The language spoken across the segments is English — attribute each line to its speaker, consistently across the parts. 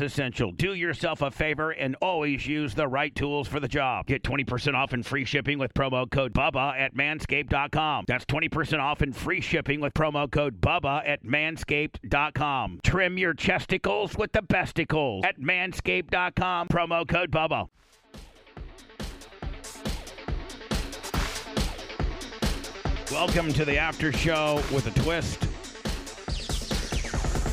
Speaker 1: essential. Do yourself a favor and always use the right tools for the job. Get 20% off and free shipping with promo code BUBBA at manscaped.com. That's 20% off and free shipping with promo code BUBBA at manscaped.com. Trim your chesticles with the besticles at manscaped.com. Promo code BUBBA. Welcome to the after show with a twist.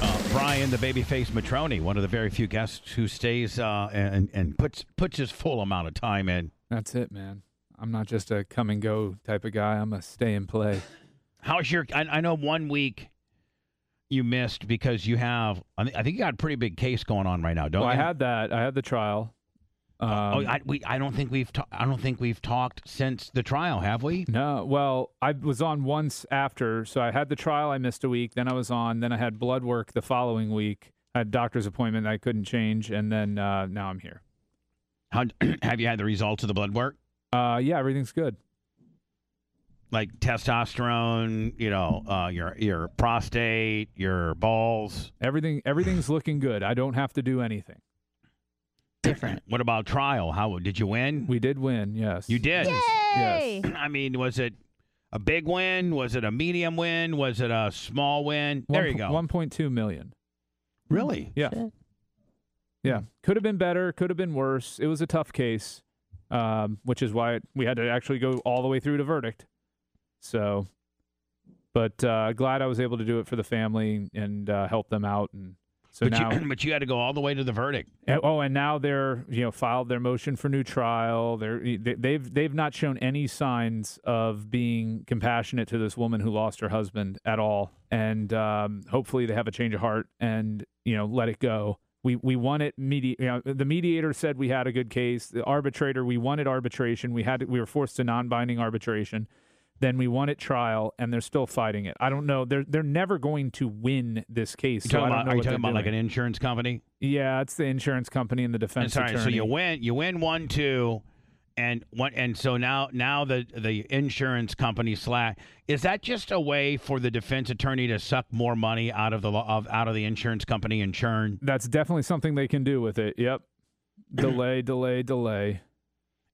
Speaker 2: Uh, Brian, the babyface Matroni, one of the very few guests who stays uh, and and puts puts his full amount of time in.
Speaker 3: That's it, man. I'm not just a come and go type of guy. I'm a stay and play.
Speaker 2: How's your? I, I know one week you missed because you have. I, thi- I think you got a pretty big case going on right now, don't
Speaker 3: well, I
Speaker 2: you?
Speaker 3: had that. I had the trial. Um,
Speaker 2: oh, I, we, I don't think we've. Ta- I don't think we've talked since the trial, have we?
Speaker 3: no, well, I was on once after, so I had the trial. I missed a week. Then I was on. Then I had blood work the following week. I had doctor's appointment that I couldn't change, and then uh, now I'm here.
Speaker 2: How, have you had the results of the blood work,
Speaker 3: Uh, yeah, everything's good.
Speaker 2: like testosterone? You know, uh, your your prostate, your balls.
Speaker 3: Everything, everything's looking good. I don't have to do anything.
Speaker 2: Different. What about trial? How did you win?
Speaker 3: We did win. Yes,
Speaker 2: you did.
Speaker 3: Yes.
Speaker 2: I mean, was it a big win? Was it a medium win? Was it a small win? there
Speaker 3: One
Speaker 2: you
Speaker 3: po-
Speaker 2: go.
Speaker 3: 1.2 million.
Speaker 2: really?
Speaker 3: Yeah.
Speaker 4: Shit.
Speaker 3: Yeah.
Speaker 2: Mm-hmm.
Speaker 3: Could have been better. Could have been worse. It was a tough case, um, which is why we had to actually go all the way through to verdict. So, but uh, glad I was able to do it for the family and uh, help them out. And so
Speaker 2: But
Speaker 3: now,
Speaker 2: you, but you had to go all the way to the verdict.
Speaker 3: and- oh, and now they're you know filed their motion for new trial. They're they, they've they've not shown any signs of being compassionate to this woman who lost her husband at all. And um, hopefully they have a change of heart and you know let it go. We we won it. Medi- you know, the mediator said we had a good case. The arbitrator we wanted arbitration. We had we were forced to non-binding arbitration. Then we won at trial, and they're still fighting it. I don't know. They're they're never going to win this case.
Speaker 2: You
Speaker 3: so
Speaker 2: talking
Speaker 3: I don't
Speaker 2: about,
Speaker 3: know
Speaker 2: are you
Speaker 3: what they're
Speaker 2: talking about like
Speaker 3: doing.
Speaker 2: an insurance company?
Speaker 3: Yeah, it's the insurance company and the
Speaker 2: And
Speaker 3: defense
Speaker 2: sorry,
Speaker 3: attorney.
Speaker 2: so you win, you win one two, and one, and so now now the the insurance company slack is that just a way for the defense attorney to suck more money out of the law of out of the insurance company and churn?
Speaker 3: That's definitely something they can do with it. Yep. delay, delay, delay.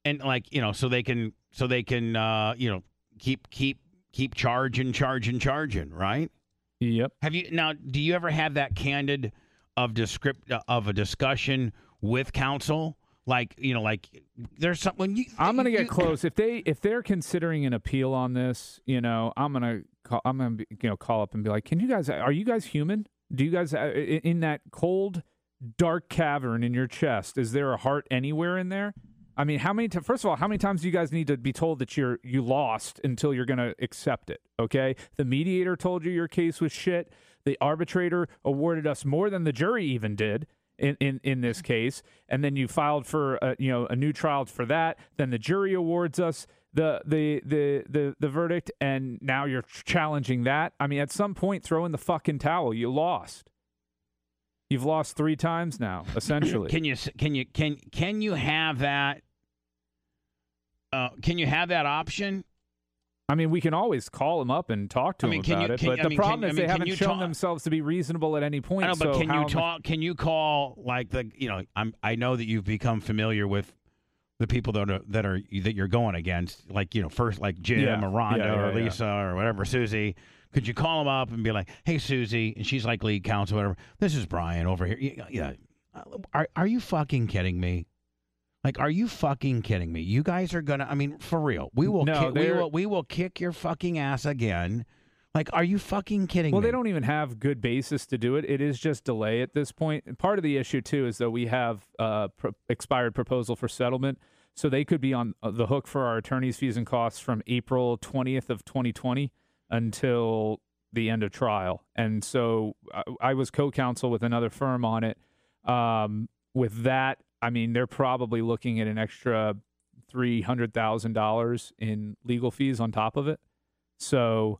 Speaker 2: and like you know so they can so they can uh you know keep keep keep charging charging charging right
Speaker 3: Yep.
Speaker 2: have you now do you ever have that candid of descript of a discussion with counsel like you know like there's something you,
Speaker 3: I'm gonna get
Speaker 2: you-
Speaker 3: close. If they if they're considering an appeal on this, you know, I'm gonna call. I'm gonna be, you know call up and be like, "Can you guys? Are you guys human? Do you guys, uh, i- in that cold, dark cavern in your chest, is there a heart anywhere in there? I mean, how many? T- first of all, how many times do you guys need to be told that you're you lost until you're going to accept it? Okay, the mediator told you your case was shit. The arbitrator awarded us more than the jury even did in in, in this case, and then you filed for a, you know a new trial for that. Then the jury awards us the the the the the verdict, and now you're challenging that. I mean, at some point, throw in the fucking towel. You lost. You've lost three times now, essentially.
Speaker 1: Can you s- can you can can you have that? Uh, can you have that option?
Speaker 3: I mean, we can always call them up and talk to
Speaker 1: I
Speaker 3: them
Speaker 1: mean, can
Speaker 3: about
Speaker 1: you-
Speaker 3: it,
Speaker 1: can-
Speaker 3: but
Speaker 1: I
Speaker 3: the
Speaker 1: mean,
Speaker 3: problem
Speaker 1: can- I
Speaker 3: is
Speaker 1: mean,
Speaker 3: they
Speaker 1: can
Speaker 3: haven't
Speaker 1: you
Speaker 3: shown
Speaker 1: talk-
Speaker 3: themselable to be reasonable at any point.
Speaker 1: I know, but
Speaker 3: so
Speaker 1: can
Speaker 3: how
Speaker 1: you
Speaker 3: am I-
Speaker 1: talk? Can you call like the you know? I'm I know that you've become familiar with the people that are that are that you're going against, like you know, first like Jim
Speaker 3: Yeah.
Speaker 1: or Rhonda
Speaker 3: Yeah,
Speaker 1: or
Speaker 3: yeah, yeah.
Speaker 1: Lisa or whatever, Susie. Could you call them up and be like, "Hey, Susie," and she's like lead counsel, whatever. This is Brian over here. Yeah, yeah. Are are you fucking kidding me? Like, are you fucking kidding me? You guys are gonna. I mean, for real, we will.
Speaker 3: No,
Speaker 1: ki- we
Speaker 3: they're-
Speaker 1: will. We will kick your fucking ass again. Like, are you fucking kidding
Speaker 3: Well,
Speaker 1: me?
Speaker 3: they don't even have good basis to do it. It is just delay at this point. And part of the issue too is that we have uh, pro- expired proposal for settlement, so they could be on uh, the hook for our attorneys' fees and costs from April twentieth of twenty twenty until the end of trial. And so I, I was co-counsel with another firm on it. Um, with that, I mean they're probably looking at an extra three hundred thousand dollars in legal fees on top of it. So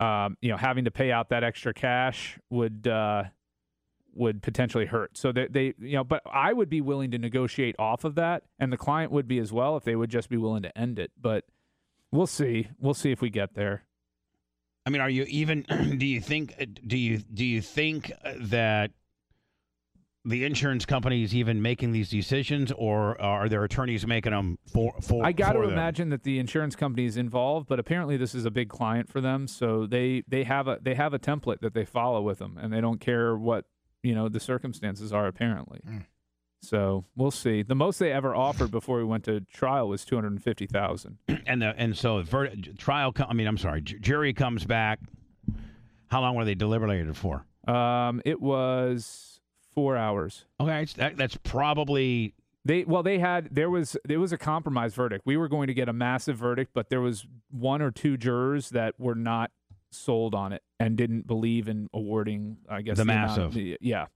Speaker 3: um, you know, having to pay out that extra cash would uh, would potentially hurt. So they, they, you know, but I would be willing to negotiate off of that, and the client would be as well if they would just be willing to end it. But we'll see. We'll see if we get there.
Speaker 1: I mean, are you even? Do you think? uh, Do you do you think uh, that the insurance company is even making these decisions, or uh, are their attorneys making them for for?
Speaker 3: I got to
Speaker 1: for them?
Speaker 3: imagine that the insurance company is involved, but apparently this is a big client for them, so they they have a they have a template that they follow with them, and they don't care what you know the circumstances are apparently. So we'll see. The most they ever offered before we went to trial was two hundred and fifty thousand.
Speaker 1: and the and so ver- trial. Com- I mean, I'm sorry, ju- jury comes back. How long were they deliberated for?
Speaker 3: Um, it was four hours.
Speaker 1: Okay, it's, that, that's probably
Speaker 3: They well, they had there was there was a compromise verdict. We were going to get a massive verdict, but there was one or two jurors that were not sold on it and didn't believe in awarding. I guess
Speaker 1: The
Speaker 3: amount of-
Speaker 1: massive.
Speaker 3: the- yeah,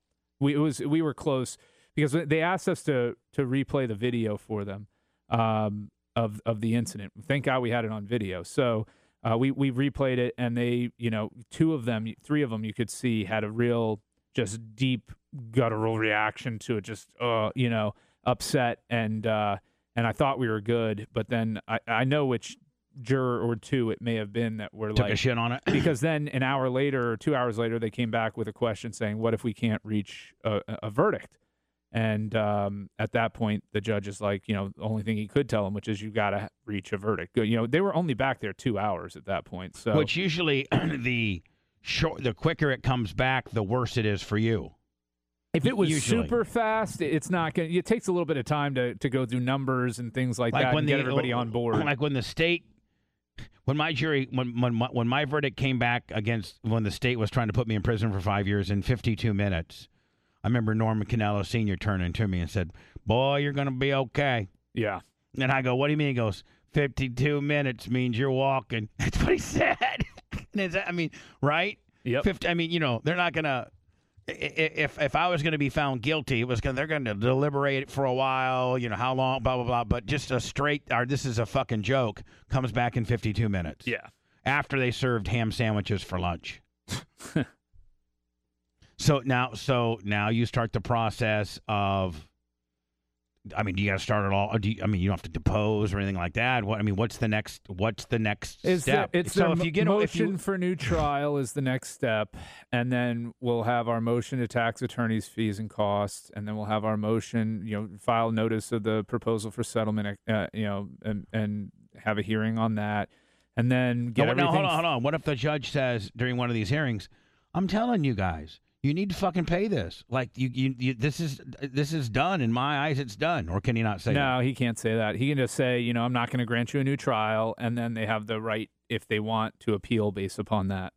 Speaker 3: we it was we were close because they asked us to to replay the video for them um, of of the incident. Thank God we had it on video. So uh, we we replayed it, and they you know two of them, three of them, you could see had a real just deep guttural reaction to it, just uh, you know upset and uh, and I thought we were good, but then I I know which juror or two it may have been that were
Speaker 1: took
Speaker 3: like
Speaker 1: a shit on it.
Speaker 3: because then an hour later or two hours later they came back with a question saying what if we can't reach a, a verdict and um, at that point the judge is like you know the only thing he could tell him which is you got to reach a verdict you know they were only back there two hours at that point so
Speaker 1: Which usually the short, the quicker it comes back, the worse it is for you.
Speaker 3: if it was
Speaker 1: usually.
Speaker 3: super fast it- it's not gonna it takes a little bit of time to, to go through numbers and things like, that and get everybody on board
Speaker 1: Like when the state, when my jury, when when my, when my verdict came back against when the state was trying to put me in prison for five years in 52 minutes, I remember Norman Canelo Senior turning to me and said, "Boy, you're gonna be okay."
Speaker 3: yeah
Speaker 1: And I go, "What do you mean?" He goes, "52 minutes means you're walking." That's what he said. and is that, I mean, right?
Speaker 3: yep
Speaker 1: 50, I mean, you know, they're not gonna. i- i- If if I was gonna be found guilty, it was gonna they're gonna deliberate for a while. You know how long, blah blah blah. But just a straight, or this is a fucking joke. Comes back in 52 minutes.
Speaker 3: yeah
Speaker 1: After they served ham sandwiches for lunch. so now, so now you start the process of. I mean, do you got to start it all? Or do you, I mean, you don't have to depose or anything like that. What I mean, what's the next? What's the next
Speaker 3: It's
Speaker 1: step?
Speaker 3: The, it's
Speaker 1: so
Speaker 3: their
Speaker 1: if you get
Speaker 3: motion
Speaker 1: if you,
Speaker 3: for new trial is the next step, and then we'll have our motion to tax attorneys' fees and costs, and then we'll have our motion, you know, file notice of the proposal for settlement, uh, you know, and and have a hearing on that, and then get
Speaker 1: no,
Speaker 3: everything.
Speaker 1: hold on, hold on. What if the judge says during one of these hearings, "I'm telling you guys, you need to fucking pay this. Like you, you, you this is this is done in my eyes. It's done." Or can he not say that?
Speaker 3: No, he can't say that. He can just say, you know, I'm not going to grant you a new trial, and then they have the right, if they want, to appeal based upon that.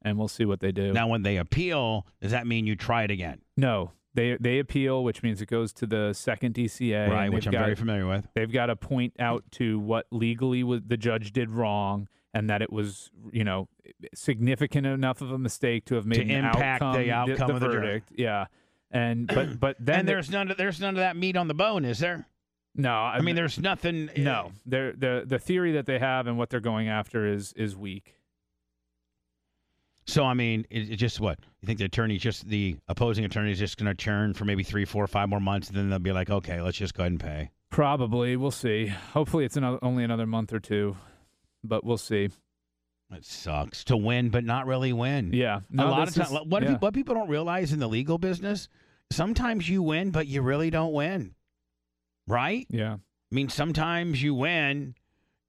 Speaker 3: and we'll see what they do.
Speaker 1: Now, when they appeal, does that mean you try it again?
Speaker 3: no, they they appeal, which means it goes to the second DCA, and
Speaker 1: right, which
Speaker 3: they've
Speaker 1: I'm
Speaker 3: got-
Speaker 1: very familiar with.
Speaker 3: They've got to point out to what legally was, the judge did wrong, and that it was you know significant enough of a mistake to have made
Speaker 1: To
Speaker 3: an
Speaker 1: impact the
Speaker 3: outcome, di-
Speaker 1: outcome of the jury.
Speaker 3: verdict. Yeah, and but but then
Speaker 1: and
Speaker 3: they-
Speaker 1: there's none. Of, there's none of that meat on the bone, is there?
Speaker 3: no,
Speaker 1: I mean, there's nothing. uh,
Speaker 3: no, they're, the the theory that they have and what they're going after is is weak.
Speaker 1: So I mean, it, it's just what you think the attorney's just the opposing attorney's just going to churn for maybe three, four, five more months, and then they'll be like, okay, let's just go ahead and pay.
Speaker 3: Probably, we'll see. Hopefully, it's another, only another month or two, but we'll see.
Speaker 1: It sucks to win, but not really win.
Speaker 3: Yeah,
Speaker 1: a
Speaker 3: No,
Speaker 1: lot of
Speaker 3: this
Speaker 1: times,
Speaker 3: is-
Speaker 1: what
Speaker 3: yeah.
Speaker 1: peop- what people don't realize in the legal business, sometimes you win, but you really don't win, right?
Speaker 3: Yeah,
Speaker 1: I mean, sometimes you win,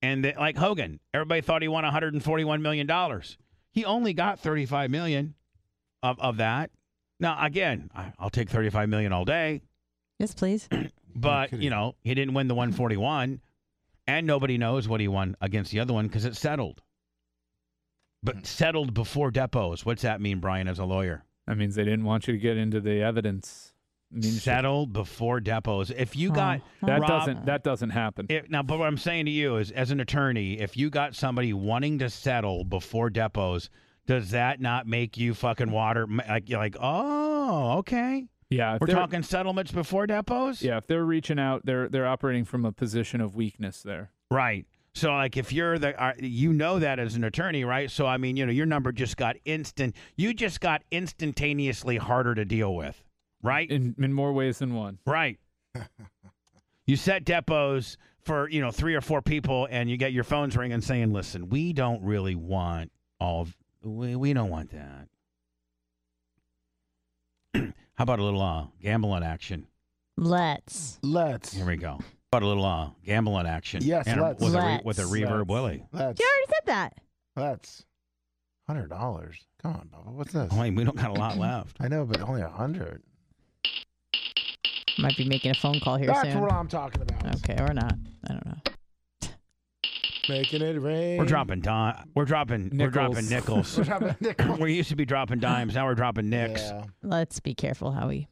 Speaker 1: and they, like Hogan, everybody thought he won 141 million dollars. He only got 35 million of of that. Now, again, I, I'll take 35 million all day,
Speaker 4: Yes, please.
Speaker 1: but
Speaker 5: kidding.
Speaker 1: you know, he didn't win the 141, and nobody knows what he won against the other one because it settled.
Speaker 3: Hmm.
Speaker 1: But settled before depots. What's that mean, Brian, as a lawyer?
Speaker 3: that means they didn't want you to get into the evidence. I mean,
Speaker 1: settled before depots. If you
Speaker 4: Oh,
Speaker 1: got
Speaker 4: oh.
Speaker 3: that
Speaker 1: Rob-
Speaker 3: doesn't that doesn't happen.
Speaker 1: if, now, but what I'm saying to you is, as an attorney, if you got somebody wanting to settle before depots, does that not make you fucking water? Like you're like, oh, okay,
Speaker 3: Yeah, if
Speaker 1: we're
Speaker 3: they're-
Speaker 1: talking settlements before depots.
Speaker 3: Yeah, if they're reaching out, they're they're operating from a position of weakness there.
Speaker 1: right. So, like, if you're the, uh, you know that as an attorney, right? So, I mean, you know, your number just got instant. You just got instantaneously harder to deal with, right?
Speaker 3: In in more ways than one.
Speaker 1: Right. you set depots for, you know, three or four people and you get your phones ringing saying, listen, we don't really want all, of- we, we don't want that. How about a little uh, gambling action?
Speaker 4: Let's.
Speaker 5: Let's.
Speaker 1: Here we go. How about a little uh, gambling action?
Speaker 5: Yes,
Speaker 1: And a-
Speaker 5: let's.
Speaker 1: With, A re-
Speaker 4: Let's.
Speaker 1: with a reverb
Speaker 5: Let's.
Speaker 1: Willie.
Speaker 5: Let's.
Speaker 4: You already said that.
Speaker 5: Let's. Hundred dollars. Come on, Bubba. What's this?
Speaker 1: Oh, wait, we don't got a lot left.
Speaker 5: I know, but only a hundred.
Speaker 4: Might be making a phone call here
Speaker 5: That's
Speaker 4: soon.
Speaker 5: what I'm talking about.
Speaker 4: Okay, or not. I don't know.
Speaker 5: Making it rain.
Speaker 1: We're dropping di- We're dropping. We're
Speaker 3: Nickels.
Speaker 1: dropping nickels.
Speaker 5: We're dropping nickels.
Speaker 1: we used to be dropping dimes. Now we're dropping nicks.
Speaker 5: Yeah.
Speaker 4: Let's be careful how we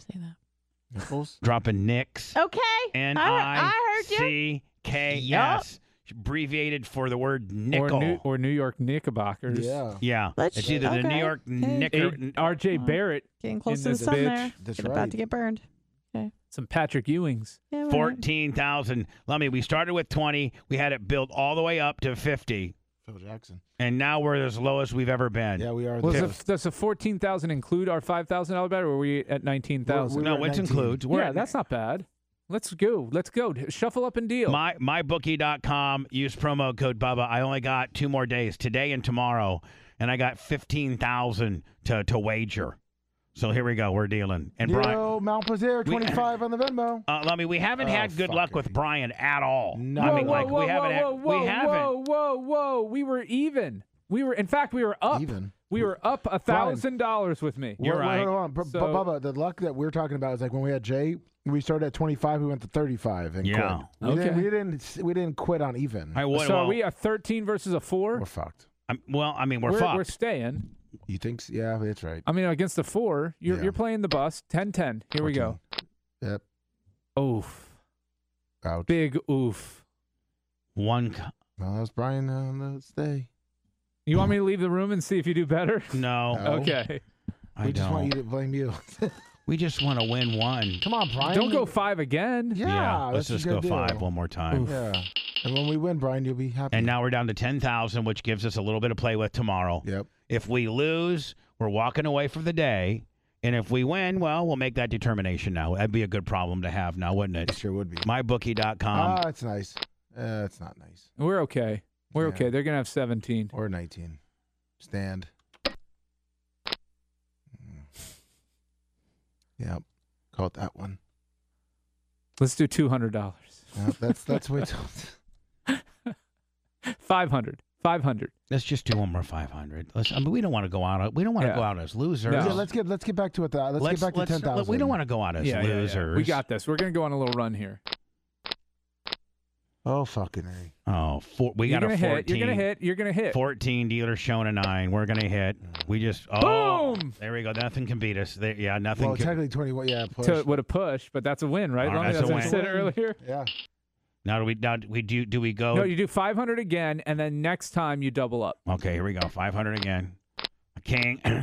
Speaker 4: say that.
Speaker 5: Nickels.
Speaker 1: Dropping nicks.
Speaker 4: Okay.
Speaker 1: N
Speaker 4: I,
Speaker 1: I
Speaker 4: I heard you.
Speaker 1: C K
Speaker 4: Yup.
Speaker 1: S, abbreviated for the word
Speaker 3: Or
Speaker 1: nickel.
Speaker 3: New, or New York Knickerbockers.
Speaker 5: Yeah.
Speaker 1: yeah,
Speaker 4: Let's-
Speaker 1: it's either the
Speaker 4: okay,
Speaker 1: New York
Speaker 4: okay.
Speaker 1: knicker.
Speaker 3: Eight- R.J.
Speaker 4: Wow.
Speaker 3: Barrett,
Speaker 4: Getting close
Speaker 3: in
Speaker 4: to the
Speaker 3: this
Speaker 4: sun
Speaker 3: bitch.
Speaker 4: there.
Speaker 5: That's
Speaker 4: Get
Speaker 5: right.
Speaker 4: About to get burned.
Speaker 3: some Patrick Ewings.
Speaker 4: Yeah, we're not-
Speaker 1: uh, Fourteen thousand. Let me. We started with twenty. We had it built all the way up to fifty,
Speaker 5: Phil Jackson.
Speaker 1: and now we're as low as we've ever been.
Speaker 5: Yeah, we are.
Speaker 3: Well,
Speaker 5: the-
Speaker 3: does the, does the fourteen thousand include our five thousand dollar bet, or were we at nineteen thousand?
Speaker 5: We're-
Speaker 1: no,
Speaker 5: at
Speaker 1: it's
Speaker 5: 19.
Speaker 1: includes. We're
Speaker 3: Yeah,
Speaker 1: at-
Speaker 3: that's not bad. Let's go. Let's go. Shuffle up and deal.
Speaker 1: My mybookie.com. Use promo code Bubba. I only got two more days, today and tomorrow, and I got fifteen thousand to to wager. So here we go. We're dealing. And Brian,
Speaker 5: Yo, Mount Plaisir,
Speaker 1: We-
Speaker 5: 25 on the Venmo.
Speaker 1: Uh, Lummy, we haven't
Speaker 5: Oh,
Speaker 1: had good
Speaker 5: fuck
Speaker 1: luck
Speaker 5: it.
Speaker 1: with Brian at all.
Speaker 5: No.
Speaker 1: I
Speaker 3: whoa,
Speaker 1: mean,
Speaker 3: whoa,
Speaker 1: like
Speaker 3: whoa,
Speaker 1: we haven't.
Speaker 3: whoa,
Speaker 1: had,
Speaker 3: whoa,
Speaker 1: we haven't.
Speaker 3: whoa, whoa, whoa. We were even. We were. In fact, we were up.
Speaker 5: Even.
Speaker 3: We were up a thousand dollars with me.
Speaker 1: You're
Speaker 5: Wait, wait,
Speaker 1: right.
Speaker 5: Hold on. Bu- bu-
Speaker 3: So-
Speaker 5: Bubba, the luck that we're talking about is like when we had Jay, we started at 25, we went to 35 and
Speaker 1: Yeah.
Speaker 5: quit. We, didn't,
Speaker 3: Okay.
Speaker 5: we didn't s- we didn't quit on even.
Speaker 1: I would.
Speaker 3: so
Speaker 1: well,
Speaker 3: are we a thirteen versus a 4
Speaker 5: We're fucked.
Speaker 1: I'm- well, I mean, we're, fucked.
Speaker 3: We're staying.
Speaker 5: You think? s- Yeah, that's right.
Speaker 3: I mean, against the four, you're,
Speaker 5: Yeah.
Speaker 3: you're playing the bus. 10 10. Here we go.
Speaker 5: Yep.
Speaker 3: Oof.
Speaker 5: Ouch.
Speaker 3: Big oof.
Speaker 1: One. co-
Speaker 5: Well, that was Brian on the stay.
Speaker 3: You want me to leave the room and see if you do better?
Speaker 1: No,
Speaker 5: No.
Speaker 3: Okay.
Speaker 1: I
Speaker 5: Uh, we
Speaker 1: don't.
Speaker 5: just want you to blame you.
Speaker 1: we just want to win one.
Speaker 5: Come on, Brian.
Speaker 3: Don't go five again.
Speaker 5: Yeah,
Speaker 1: let's
Speaker 5: that's
Speaker 1: just
Speaker 5: a
Speaker 1: go
Speaker 5: good deal.
Speaker 1: five one more time.
Speaker 5: Yeah. And when we win, Brian, you'll be happy.
Speaker 1: And now we're down to ten thousand, which gives us a little bit of play with tomorrow.
Speaker 5: Yep.
Speaker 1: If we lose, we're walking away for the day. And if we win, well, we'll make that determination now. That'd be a good problem to have now, wouldn't
Speaker 5: It
Speaker 1: it?
Speaker 5: sure would be.
Speaker 1: Mybookie.com.
Speaker 5: Ah, it's nice. Uh, it's not nice.
Speaker 3: We're okay. We're
Speaker 5: Yeah.
Speaker 3: okay. They're going to have 17.
Speaker 5: Or 19. Stand. Mm. Yep. Caught that one.
Speaker 3: Let's do $200.
Speaker 5: Yep, that's that's way too.
Speaker 3: 500. 500.
Speaker 1: Let's just do one more five hundred. Let's. I mean, we don't want to go out. We don't want to
Speaker 3: Yeah.
Speaker 1: go out as losers.
Speaker 3: No.
Speaker 5: Yeah, let's get let's get back to it. Uh, let's, get back to ten
Speaker 1: let's-
Speaker 5: thousand.
Speaker 1: We don't want to go out as
Speaker 3: Yeah, yeah, yeah.
Speaker 1: losers.
Speaker 3: We got this. We're going to go on a little run here.
Speaker 5: Oh fucking a.
Speaker 1: Oh, four, we
Speaker 3: You're
Speaker 1: got
Speaker 3: gonna
Speaker 1: a 14.
Speaker 3: hit. You're gonna hit. You're gonna hit.
Speaker 1: 14 dealers showing a nine. We're gonna hit. We just oh,
Speaker 3: Boom!
Speaker 1: There we go. Nothing can beat us. There, yeah, nothing.
Speaker 5: Well,
Speaker 1: can,
Speaker 5: technically twenty-one. Yeah, push.
Speaker 3: To, what a push, but that's a win, right?
Speaker 1: All right,
Speaker 3: Lonnie?
Speaker 1: that's a
Speaker 3: what you said
Speaker 5: win.
Speaker 3: earlier.
Speaker 5: yeah.
Speaker 1: now do we now do we do do we go?
Speaker 3: No, you do 500 again, and then next time you double up.
Speaker 1: okay, here we go. 500 again. A king. All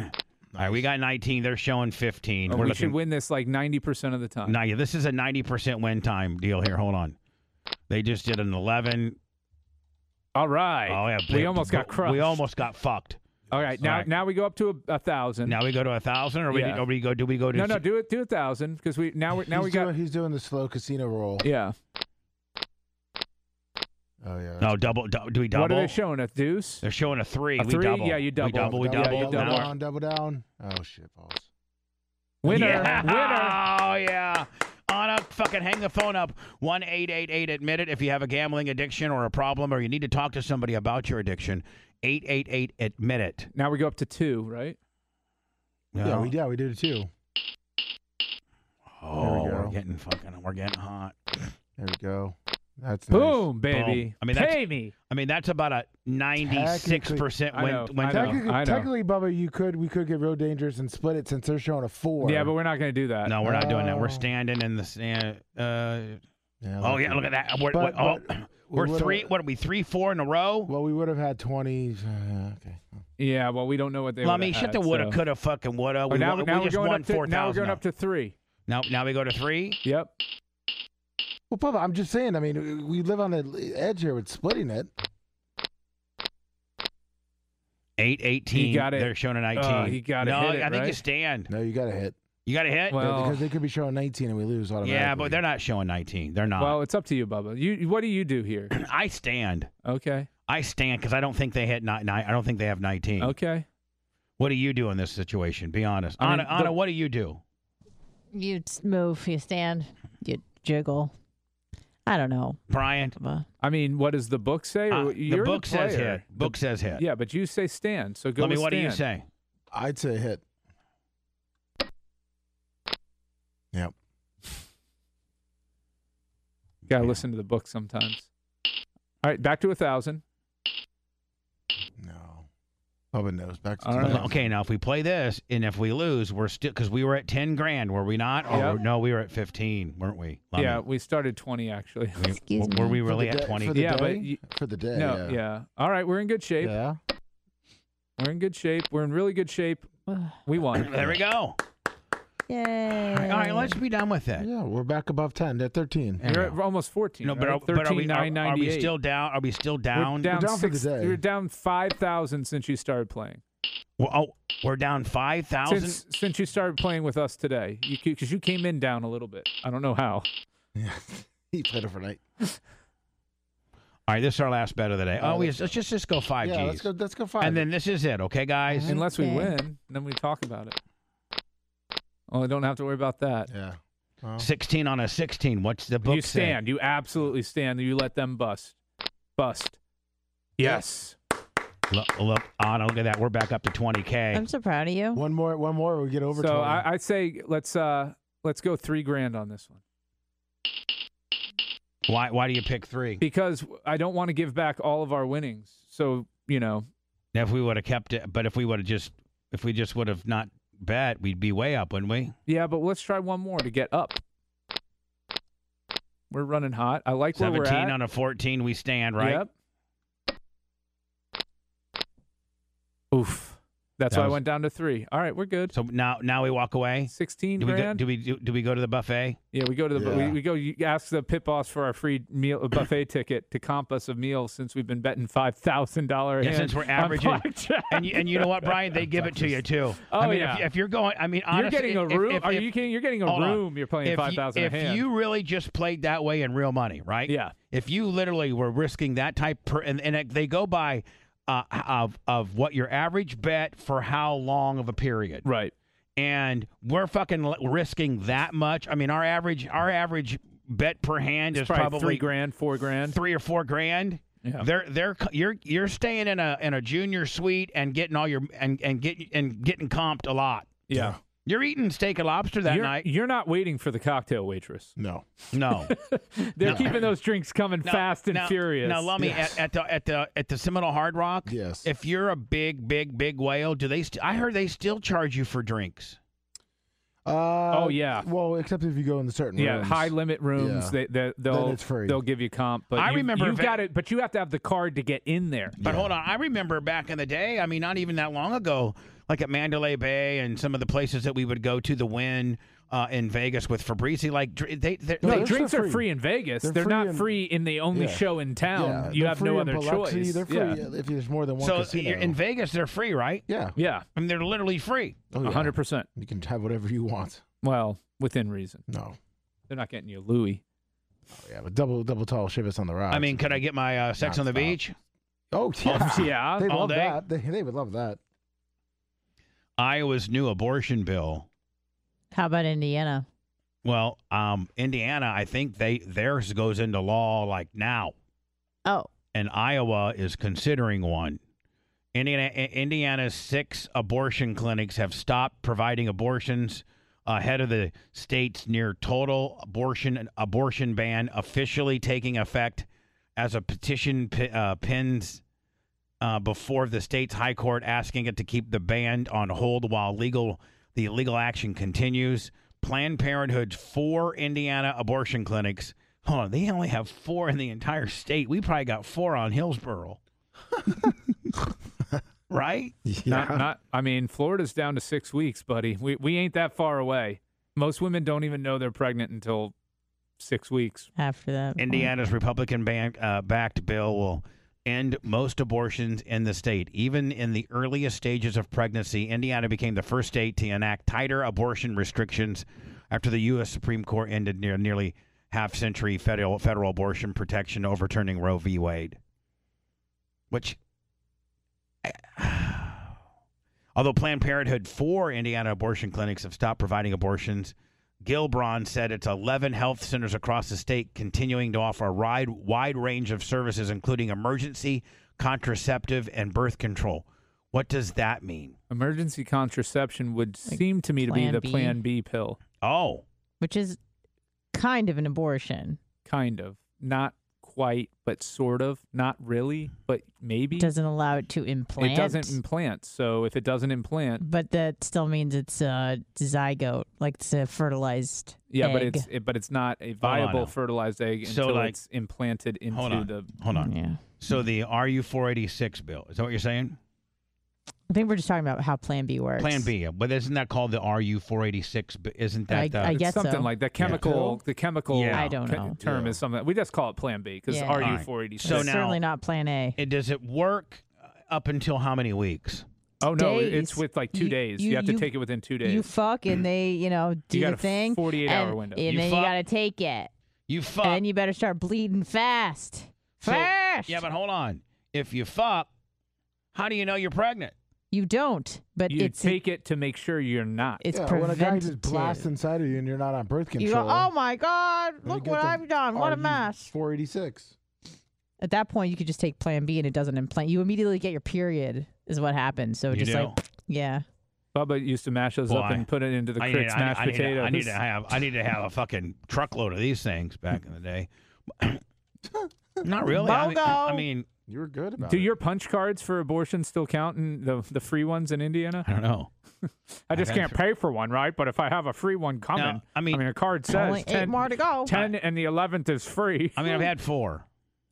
Speaker 1: right, we got 19. They're showing 15. We're
Speaker 3: Oh, we
Speaker 1: looking.
Speaker 3: should win this like 90% of the time.
Speaker 1: Now, yeah, this is a 90% win time deal here. Hold on. They just did an 11.
Speaker 3: All
Speaker 1: Oh
Speaker 3: right.
Speaker 1: yeah,
Speaker 3: We almost got crushed.
Speaker 1: We almost got fucked.
Speaker 3: All right. Now,
Speaker 1: All right.
Speaker 3: now we go up to a, a thousand.
Speaker 1: Now we go to a thousand, or we
Speaker 3: Yeah.
Speaker 1: or we go? Do we go to?
Speaker 3: no, no, do it. Do a thousand because we now we now
Speaker 5: he's
Speaker 3: we got.
Speaker 5: doing, he's doing the slow casino roll.
Speaker 3: yeah.
Speaker 5: Oh yeah.
Speaker 1: no, double. Do, do we double?
Speaker 3: What are they showing? A deuce.
Speaker 1: They're showing a three.
Speaker 3: A
Speaker 1: we
Speaker 3: three?
Speaker 1: double.
Speaker 3: Yeah, you
Speaker 1: We
Speaker 3: double.
Speaker 1: double. We
Speaker 3: Yeah, you
Speaker 1: double.
Speaker 5: double
Speaker 1: Now-
Speaker 5: down, double down. Oh shit, balls.
Speaker 3: Winner.
Speaker 1: Yeah.
Speaker 3: Winner.
Speaker 1: Oh yeah. On up, fucking hang the phone up. One eight eight eight. Admit it. If you have a gambling addiction or a problem, or you need to talk to somebody about your addiction, eight eight eight. Admit it.
Speaker 3: Now we go up to two, right?
Speaker 5: Yeah, we yeah we did it too.
Speaker 1: Oh,
Speaker 5: There we
Speaker 1: we're
Speaker 5: go.
Speaker 1: getting fucking. We're getting hot.
Speaker 5: There we go. That's
Speaker 3: Boom, baby.
Speaker 1: Boom. I mean, that's-
Speaker 3: pay me.
Speaker 1: I mean, that's about a ninety-six percent
Speaker 3: I know,
Speaker 1: win. win
Speaker 3: I know.
Speaker 5: Technically,
Speaker 3: I know.
Speaker 5: technically, Bubba, you could we could get real dangerous and split it since they're showing a four.
Speaker 3: Yeah, but we're not gonna do that.
Speaker 1: No, we're not doing that. We're
Speaker 5: Oh.
Speaker 1: standing in the sand. Uh,
Speaker 5: Yeah,
Speaker 1: oh
Speaker 5: look
Speaker 1: yeah,
Speaker 5: at-
Speaker 1: look at that. We're,
Speaker 5: But-
Speaker 1: we're-
Speaker 5: but
Speaker 1: oh, we're
Speaker 5: would've-
Speaker 1: three. What are we? Three, four in a row.
Speaker 5: Well, we would have had twenty. Uh, okay.
Speaker 3: Yeah, well, we don't know what they.
Speaker 1: Lummy,
Speaker 3: would've
Speaker 1: shut
Speaker 3: had,
Speaker 1: the woulda,
Speaker 3: so.
Speaker 1: coulda, fucking woulda.
Speaker 3: Oh,
Speaker 1: We,
Speaker 3: now,
Speaker 1: won-
Speaker 3: now
Speaker 1: we
Speaker 3: we're
Speaker 1: just
Speaker 3: going
Speaker 1: won
Speaker 3: up to
Speaker 1: four
Speaker 3: now we're
Speaker 1: thousand.
Speaker 3: going up to three.
Speaker 1: Now, now we go to three.
Speaker 3: Yep.
Speaker 5: Well, Bubba, I'm just saying. I mean, we live on the edge here with splitting it.
Speaker 1: Eight eighteen.
Speaker 3: He got it.
Speaker 1: They're showing a nineteen.
Speaker 3: Oh, he gotta
Speaker 1: no,
Speaker 3: hit it,
Speaker 1: I think you
Speaker 3: right?
Speaker 1: stand.
Speaker 5: No, you got to hit
Speaker 1: You got to hit.
Speaker 3: Well-
Speaker 5: No, because they could be showing 19 and we lose automatically.
Speaker 1: yeah, but they're not showing nineteen. They're not.
Speaker 3: Well, it's up to you, Bubba. You, what do you do here?
Speaker 1: I stand.
Speaker 3: Okay.
Speaker 1: I stand because I don't think they hit not nine. I don't think they have nineteen.
Speaker 3: Okay.
Speaker 1: What do you do in this situation? Be honest,
Speaker 3: I mean,
Speaker 1: Anna. Anna,
Speaker 3: the-
Speaker 1: what do you do?
Speaker 4: You s- move, you stand, you jiggle. I don't know.
Speaker 1: Brian,
Speaker 4: Bubba.
Speaker 3: I mean, what does the book say?
Speaker 1: uh,
Speaker 3: Or-
Speaker 1: the
Speaker 3: You're
Speaker 1: book says
Speaker 3: player.
Speaker 1: hit. Book says hit.
Speaker 3: Yeah, but you say stand. So go.
Speaker 1: Lummy,
Speaker 3: with
Speaker 1: what do you
Speaker 3: stand.
Speaker 1: say?
Speaker 5: I'd say hit. Yep.
Speaker 3: Gotta listen to the book sometimes. All right, back to a thousand.
Speaker 5: No. Bubba knows. Back to
Speaker 3: All
Speaker 5: two.
Speaker 3: right.
Speaker 1: Okay, now if we play this and if we lose, we're still because we were at ten grand, were we not? Or
Speaker 3: Yeah.
Speaker 1: no, we were at fifteen, weren't we? Lummi?
Speaker 3: Yeah, we started twenty actually.
Speaker 1: We-
Speaker 4: Excuse
Speaker 1: were we
Speaker 4: me.
Speaker 5: For
Speaker 1: really
Speaker 5: the
Speaker 1: at
Speaker 5: day-
Speaker 1: twenty?
Speaker 5: For the
Speaker 3: Yeah,
Speaker 5: day?
Speaker 3: but you-
Speaker 5: for the day.
Speaker 3: no,
Speaker 5: yeah.
Speaker 3: yeah. All right, we're in good shape.
Speaker 5: Yeah.
Speaker 3: We're in good shape. We're in really good shape. We won.
Speaker 1: There we go.
Speaker 4: Yay.
Speaker 1: All right, let's be done with it.
Speaker 5: Yeah, we're back above 10. They're 13.
Speaker 1: There we
Speaker 3: You're
Speaker 1: go.
Speaker 3: at almost fourteen.
Speaker 1: No, but,
Speaker 3: right?
Speaker 1: are, but are we, are- are, we
Speaker 3: 13,998.
Speaker 1: still down? Are we still down?
Speaker 3: We're down,
Speaker 5: down for the
Speaker 3: six,
Speaker 5: day.
Speaker 3: You're down five thousand since you started playing.
Speaker 1: We're- oh, we're down five thousand.
Speaker 3: Since since you started playing with us today, you because you came in down a little bit. I don't know how.
Speaker 5: he played overnight.
Speaker 1: All right, this is our last bet of the day.
Speaker 5: Oh,
Speaker 1: Oh, we
Speaker 5: let's
Speaker 1: let's just just go
Speaker 3: Ah,
Speaker 1: five
Speaker 5: Yeah, let's
Speaker 1: Gs.
Speaker 5: go, let's go five.
Speaker 1: And then this is it, okay, guys?
Speaker 4: Mhm.
Speaker 3: Unless we
Speaker 4: Okay.
Speaker 3: win, then we talk about it. Well, I don't have to worry about that.
Speaker 5: yeah. Well,
Speaker 1: Sixteen on a sixteen. What's the book
Speaker 3: you
Speaker 1: say?
Speaker 3: stand. You absolutely stand. You let them bust. Bust. Yes.
Speaker 1: Look, look, Anna, look at that. We're back up to twenty k.
Speaker 4: I'm so proud of you.
Speaker 5: one more, one more, we get over
Speaker 3: so
Speaker 5: 20.
Speaker 3: I, I'd say let's uh let's go three grand on this one
Speaker 1: Why? Why do you pick three?
Speaker 3: because I don't want to give back all of our winnings. So you know,
Speaker 1: Now, If we would have kept it, but if we would have just, if we just would have not bet, we'd be way up, wouldn't we?
Speaker 3: yeah. But let's try one more to get up. We're running hot. I like where we're at.
Speaker 1: Seventeen on a fourteen, we stand, right?
Speaker 3: Yep. Oof. That's
Speaker 1: That
Speaker 3: why
Speaker 1: was-
Speaker 3: I went down to three. All right, we're good.
Speaker 1: So now, now we walk away.
Speaker 3: Sixteen
Speaker 1: Do we go,
Speaker 3: grand.
Speaker 1: do we do, do we go to the buffet?
Speaker 3: yeah, we go to the
Speaker 5: Yeah.
Speaker 3: we, we go. You ask the pit boss for our free meal a buffet ticket to comp us a meal since we've been betting five thousand dollar.
Speaker 1: Yeah, since we're averaging- And you, and you know what, Brian? They give it to you too.
Speaker 3: Oh,
Speaker 1: I mean,
Speaker 3: yeah.
Speaker 1: if, if you're going, I mean,
Speaker 3: you're
Speaker 1: honestly,
Speaker 3: getting a
Speaker 1: if-
Speaker 3: room.
Speaker 1: if-
Speaker 3: Are
Speaker 1: if-
Speaker 3: you kidding? You're getting a
Speaker 1: hold on.
Speaker 3: room. You're playing
Speaker 1: if you-
Speaker 3: five thousand a
Speaker 1: If
Speaker 3: hand.
Speaker 1: you really just played that way in real money, right?
Speaker 3: yeah,
Speaker 1: If you literally were risking that type, per, and and it, they go by uh, of of what your average bet for how long of a period.
Speaker 3: right.
Speaker 1: and we're fucking l- risking that much. I mean, our average our average bet per hand
Speaker 3: It's
Speaker 1: is
Speaker 3: probably,
Speaker 1: probably
Speaker 3: three grand, four grand.
Speaker 1: three or four grand.
Speaker 3: Yeah.
Speaker 1: They're they're c- you're you're staying in a in a junior suite and getting all your and and get and getting comped a lot.
Speaker 3: yeah,
Speaker 1: You're eating steak and lobster that
Speaker 3: you're, e-
Speaker 1: night.
Speaker 3: you're not waiting for the cocktail waitress.
Speaker 5: No.
Speaker 1: No.
Speaker 3: They're
Speaker 1: No.
Speaker 3: keeping those drinks coming
Speaker 1: Now-
Speaker 3: fast and
Speaker 1: now-
Speaker 3: furious.
Speaker 1: Now, Lummy,
Speaker 5: Yes.
Speaker 1: at, at the at the at the Seminole Hard Rock,
Speaker 5: Yes.
Speaker 1: if you're a big, big, big whale, do they? St- I heard they still charge you for drinks.
Speaker 5: Uh,
Speaker 3: Oh, yeah.
Speaker 5: Well, except if you go in the certain
Speaker 3: yeah,
Speaker 5: rooms.
Speaker 3: high limit rooms.
Speaker 5: Yeah.
Speaker 3: They, they, they'll
Speaker 5: it's free.
Speaker 3: they'll give you comp. But
Speaker 1: I
Speaker 3: you,
Speaker 1: remember
Speaker 3: you've
Speaker 1: ve-
Speaker 3: got it, but you have to have the card to get in there.
Speaker 1: But hold on, I remember back in the day. I mean, not even that long ago, like at Mandalay Bay and some of the places that we would go to, the Win uh, in Vegas with Fabrizi. Like dr- they, they
Speaker 3: No,
Speaker 5: they're
Speaker 3: drinks
Speaker 5: for
Speaker 3: are
Speaker 5: free.
Speaker 3: free in Vegas. They're,
Speaker 5: They're free
Speaker 3: not
Speaker 5: in-
Speaker 3: free in the only
Speaker 5: Yeah.
Speaker 3: show in
Speaker 5: Yeah,
Speaker 3: town. you
Speaker 5: they're
Speaker 3: have
Speaker 5: free
Speaker 3: no
Speaker 5: in
Speaker 3: other
Speaker 5: Biloxi.
Speaker 3: choice.
Speaker 5: They're free
Speaker 3: Yeah.
Speaker 5: if there's more than one
Speaker 1: so
Speaker 5: casino.
Speaker 1: you're- in Vegas they're free, right?
Speaker 5: yeah.
Speaker 3: Yeah,
Speaker 1: I mean, they're literally free.
Speaker 5: Oh, yeah.
Speaker 3: hundred percent.
Speaker 5: You can have whatever you want.
Speaker 3: Well, within reason.
Speaker 5: No. Oh,
Speaker 3: They're not getting you Louis.
Speaker 5: Yeah, but double double tall shivers on the rocks.
Speaker 1: I mean, could I get my uh, sex on the
Speaker 5: Nonstop.
Speaker 1: beach?
Speaker 5: Oh yeah.
Speaker 3: yeah.
Speaker 5: They
Speaker 1: all
Speaker 5: love
Speaker 1: day?
Speaker 5: that. They, they would love that.
Speaker 1: Iowa's new abortion bill.
Speaker 4: How about Indiana?
Speaker 1: Well, um, Indiana, I think they theirs goes into law like now.
Speaker 4: Oh,
Speaker 1: and Iowa is considering one. Indiana, I- Indiana's six abortion clinics have stopped providing abortions ahead of the state's near total abortion abortion ban officially taking effect as a petition pi- uh, pins uh, before the state's high court asking it to keep the ban on hold while legal the legal action continues. Planned Parenthood's four Indiana abortion clinics. Hold on, they only have four in the entire state. We probably got four on Hillsboro, right?
Speaker 3: Not, not. I mean, Florida's down to six weeks, buddy. We we ain't that far away. Most women don't even know they're pregnant until six weeks.
Speaker 4: after that. point.
Speaker 1: Indiana's Republican ban- uh, backed bill will end most abortions in the state. Even in the earliest stages of pregnancy, Indiana became the first state to enact tighter abortion restrictions after the U.S. Supreme Court ended near, nearly half century federal federal abortion protection overturning Roe v. Wade. Which, although Planned Parenthood four Indiana abortion clinics have stopped providing abortions, Gilbron said it's 11 health centers across the state continuing to offer a wide, wide range of services, including emergency, contraceptive, and birth control. What does that mean?
Speaker 3: Emergency contraception would
Speaker 4: Like
Speaker 3: seem to me to be
Speaker 4: Plan
Speaker 3: the
Speaker 4: B?
Speaker 3: Plan B pill,
Speaker 1: Oh,
Speaker 4: Which is kind of an abortion.
Speaker 3: kind of. Not quite, but sort of. Not really, but maybe.
Speaker 4: It doesn't allow it to implant.
Speaker 3: It doesn't implant. So if it doesn't implant,
Speaker 4: But that still means it's a zygote, like it's a fertilized
Speaker 3: yeah, but
Speaker 4: egg.
Speaker 3: it's it, but it's not a viable
Speaker 1: now.
Speaker 3: fertilized egg
Speaker 1: So,
Speaker 3: until
Speaker 1: like-
Speaker 3: it's implanted into
Speaker 1: hold on.
Speaker 3: the.
Speaker 1: hold on.
Speaker 4: yeah.
Speaker 1: So the RU 486 bill, is that what you're saying?
Speaker 4: I think we're just talking about how Plan B works.
Speaker 1: Plan B, but isn't that called the RU 486? But Isn't that
Speaker 4: I-
Speaker 1: the.
Speaker 4: I
Speaker 3: it's
Speaker 4: guess
Speaker 3: something
Speaker 4: so.
Speaker 3: like that. Chemical,
Speaker 5: Pill?
Speaker 3: the chemical.
Speaker 1: Yeah. I
Speaker 4: don't
Speaker 3: ca-
Speaker 4: know.
Speaker 3: Term
Speaker 5: Yeah.
Speaker 3: is something we just call it Plan B because
Speaker 4: Yeah.
Speaker 3: RU
Speaker 1: Alright.
Speaker 3: four eighty
Speaker 4: It's
Speaker 1: So
Speaker 3: six.
Speaker 1: now-
Speaker 4: certainly not Plan A.
Speaker 1: it, does it work uh, up until how many weeks?
Speaker 3: Oh no, it- it's
Speaker 4: days.
Speaker 3: with like two
Speaker 4: You-
Speaker 3: days. You,
Speaker 4: you-
Speaker 3: have to
Speaker 4: you-
Speaker 3: take it within two days.
Speaker 4: You fuck and they, you know, do
Speaker 3: You got
Speaker 4: the
Speaker 3: a
Speaker 4: thing.
Speaker 3: 48 hour
Speaker 4: and,
Speaker 3: window.
Speaker 4: And
Speaker 1: You
Speaker 4: then
Speaker 1: fuck.
Speaker 4: you gotta take it.
Speaker 1: You fuck.
Speaker 4: And then you better start bleeding fast.
Speaker 1: So-
Speaker 4: Fast.
Speaker 1: yeah, but hold on. If you fuck, how do you know you're pregnant?
Speaker 4: you don't. But
Speaker 3: you
Speaker 4: it's
Speaker 3: take it to make sure you're not.
Speaker 4: it's
Speaker 5: yeah, when a
Speaker 4: preventative.
Speaker 5: guy just blasts inside of you and you're not on birth control.
Speaker 4: You go, oh my God,
Speaker 5: and you
Speaker 4: look
Speaker 5: get
Speaker 4: what
Speaker 5: the
Speaker 4: I've done. What a
Speaker 5: RU
Speaker 4: mess.
Speaker 5: 486.
Speaker 4: At that point, you could just take Plan B and it doesn't implant. You immediately get your period, is what happens. So
Speaker 1: You
Speaker 4: just
Speaker 1: do?
Speaker 4: like, yeah.
Speaker 3: Bubba used to mash those up
Speaker 1: Why?
Speaker 3: and put it into the
Speaker 1: I need,
Speaker 3: Cricks
Speaker 1: I need-
Speaker 3: mashed
Speaker 1: I need to-
Speaker 3: potatoes.
Speaker 1: I need to have I need to have a fucking truckload of these things back in the day. Not really. I mean, I
Speaker 4: Bongo.
Speaker 1: mean,
Speaker 5: You were good about
Speaker 3: Do
Speaker 5: it.
Speaker 3: your punch cards for abortion still count in the the free ones in Indiana?
Speaker 1: I don't know.
Speaker 3: I just
Speaker 1: I've
Speaker 3: can't
Speaker 1: answered-
Speaker 3: pay for one, right? But if I have a free one coming,
Speaker 1: No, I mean-
Speaker 3: a card
Speaker 4: Only
Speaker 3: says
Speaker 4: eight
Speaker 3: 10,
Speaker 4: more to go.
Speaker 3: 10 and the eleventh is free.
Speaker 1: I mean, I've had four.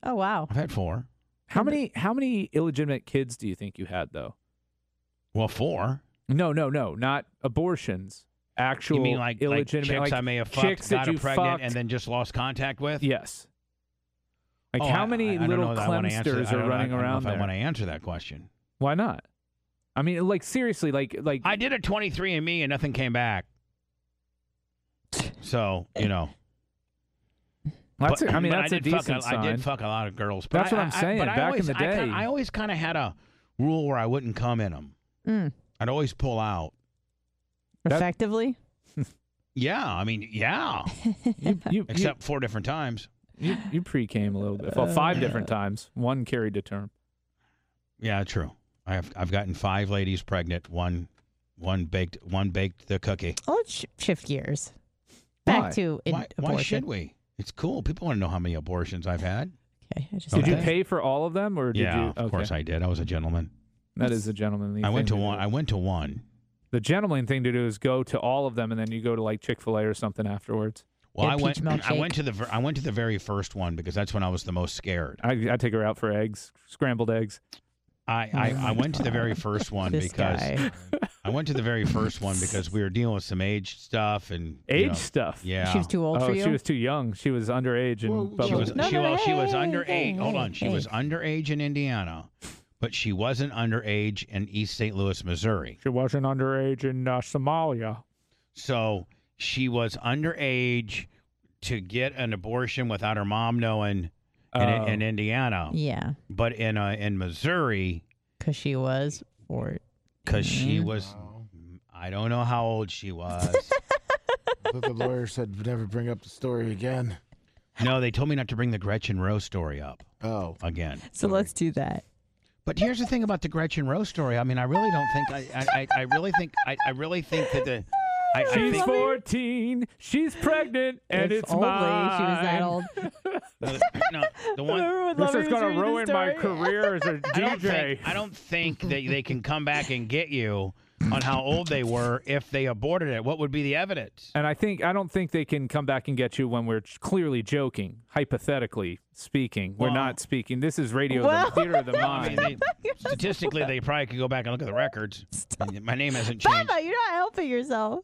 Speaker 4: Oh, wow.
Speaker 1: I've had four.
Speaker 3: How many how many illegitimate kids do you think you had though?
Speaker 1: Well, four.
Speaker 3: No, no, no, not abortions. Actual
Speaker 1: You mean like like
Speaker 3: illegitimate
Speaker 1: chicks
Speaker 3: like,
Speaker 1: I may have fucked,
Speaker 3: chicks that
Speaker 1: got
Speaker 3: you
Speaker 1: pregnant,
Speaker 3: fucked.
Speaker 1: and then just lost contact with?
Speaker 3: yes. Like
Speaker 1: Oh,
Speaker 3: how
Speaker 1: I-
Speaker 3: many
Speaker 1: I- I don't
Speaker 3: little
Speaker 1: know that I wanna answer-
Speaker 3: clemsters
Speaker 1: I don't-
Speaker 3: are
Speaker 1: I
Speaker 3: running
Speaker 1: don't know
Speaker 3: around
Speaker 1: If I want to
Speaker 3: there?
Speaker 1: answer that question,
Speaker 3: Why not? I mean, like seriously, like like
Speaker 1: I did a 23andMe and nothing came back. So you know,
Speaker 3: that's
Speaker 1: But-
Speaker 3: a, I mean
Speaker 1: but
Speaker 3: that's a
Speaker 1: did fuck
Speaker 3: decent
Speaker 1: I
Speaker 3: sign.
Speaker 1: did fuck a lot of girls. But
Speaker 3: That's
Speaker 1: I-
Speaker 3: what I'm
Speaker 1: I- I-
Speaker 3: saying,
Speaker 1: but I
Speaker 3: back in
Speaker 1: always-
Speaker 3: the
Speaker 1: I kin-
Speaker 3: day.
Speaker 1: I always kind of had a rule where I wouldn't come in them.
Speaker 4: Mm.
Speaker 1: I'd always pull out.
Speaker 3: That-
Speaker 4: Effectively?
Speaker 1: Yeah, I mean, yeah.
Speaker 3: you, you, you,
Speaker 1: Except four different times.
Speaker 3: you, you pre came a little bit. Well, five
Speaker 4: Uh,
Speaker 3: different times. One carried to term.
Speaker 1: Yeah, true. I have I've gotten five ladies pregnant, one One baked one baked the cookie.
Speaker 4: Oh, Let's sh- shift gears back
Speaker 5: Why?
Speaker 4: to in-
Speaker 1: Why,
Speaker 4: abortion.
Speaker 1: why should we? It's cool. People want to know how many abortions I've had.
Speaker 4: Okay, I just
Speaker 1: Did
Speaker 3: Did you
Speaker 1: Okay.
Speaker 3: pay for all of them, or did
Speaker 1: yeah,
Speaker 3: you?
Speaker 1: of course I did. I was a gentleman.
Speaker 3: That is a gentlemanly.
Speaker 1: I went to
Speaker 3: thing
Speaker 1: one.
Speaker 3: do.
Speaker 1: I went to one.
Speaker 3: the gentleman thing to do is go to all of them, and then you go to like Chick Fil A or something afterwards.
Speaker 1: Well,
Speaker 4: Get a
Speaker 1: I went.
Speaker 4: peach
Speaker 1: I went
Speaker 4: milkshake.
Speaker 1: to the. ver- I went to the very first one because that's when I was the most scared.
Speaker 3: I, I take her out for eggs, scrambled eggs.
Speaker 1: I I, I went to the very first one
Speaker 4: this
Speaker 1: because
Speaker 4: guy.
Speaker 1: I went to the very first one because we were dealing with some age stuff and you
Speaker 3: Age
Speaker 1: know,
Speaker 3: stuff.
Speaker 1: yeah,
Speaker 4: She was too old
Speaker 3: Oh,
Speaker 4: for you.
Speaker 3: she was too young. She was underage, and
Speaker 5: Well,
Speaker 3: but
Speaker 1: she was,
Speaker 4: No,
Speaker 1: she,
Speaker 4: no,
Speaker 1: well, she
Speaker 4: hey,
Speaker 1: was
Speaker 4: hey,
Speaker 1: under
Speaker 4: hey,
Speaker 1: age. Hold
Speaker 4: hey,
Speaker 1: on, she
Speaker 4: hey.
Speaker 1: was underage in Indiana, but she wasn't underage in East St. Louis, Missouri.
Speaker 3: she wasn't underage in uh, Somalia.
Speaker 1: So she was underage to get an abortion without her mom knowing in,
Speaker 3: Oh.
Speaker 1: in Indiana,
Speaker 4: yeah,
Speaker 1: but in uh, in Missouri
Speaker 4: because she was or
Speaker 1: because she
Speaker 4: Mhm.
Speaker 1: was. I don't know how old she was.
Speaker 5: But the lawyer said never bring up the story again.
Speaker 1: no, they told me not to bring the Gretchen Rowe story up
Speaker 5: Oh,
Speaker 1: again.
Speaker 4: So let's do that.
Speaker 1: But here's the thing about the Gretchen Rowe story. I mean, I really don't think. I, I, I- I really think. I, I really think that the. I, I
Speaker 3: She's
Speaker 1: think,
Speaker 3: 14. She's pregnant, and
Speaker 4: if
Speaker 3: it's
Speaker 4: only
Speaker 3: mine.
Speaker 4: she was that old.
Speaker 1: no, the one.
Speaker 4: Everyone would
Speaker 3: This
Speaker 4: love
Speaker 3: is
Speaker 4: her
Speaker 3: gonna
Speaker 4: reading the
Speaker 3: ruin my
Speaker 4: story.
Speaker 3: career as a
Speaker 1: I don't, think,
Speaker 3: DJ.
Speaker 1: I don't think that they can come back and get you on how old they were if they aborted it. What would be the evidence?
Speaker 3: And I think I don't think they can come back and get you when we're ch- clearly joking, hypothetically speaking. We're
Speaker 1: Well-
Speaker 3: not speaking. This is radio,
Speaker 4: Well-
Speaker 3: the theater of the
Speaker 1: I
Speaker 3: mind.
Speaker 1: mean, they, statistically, they probably could go back and look at the records. My name hasn't changed.
Speaker 4: Baba, you're not helping yourself.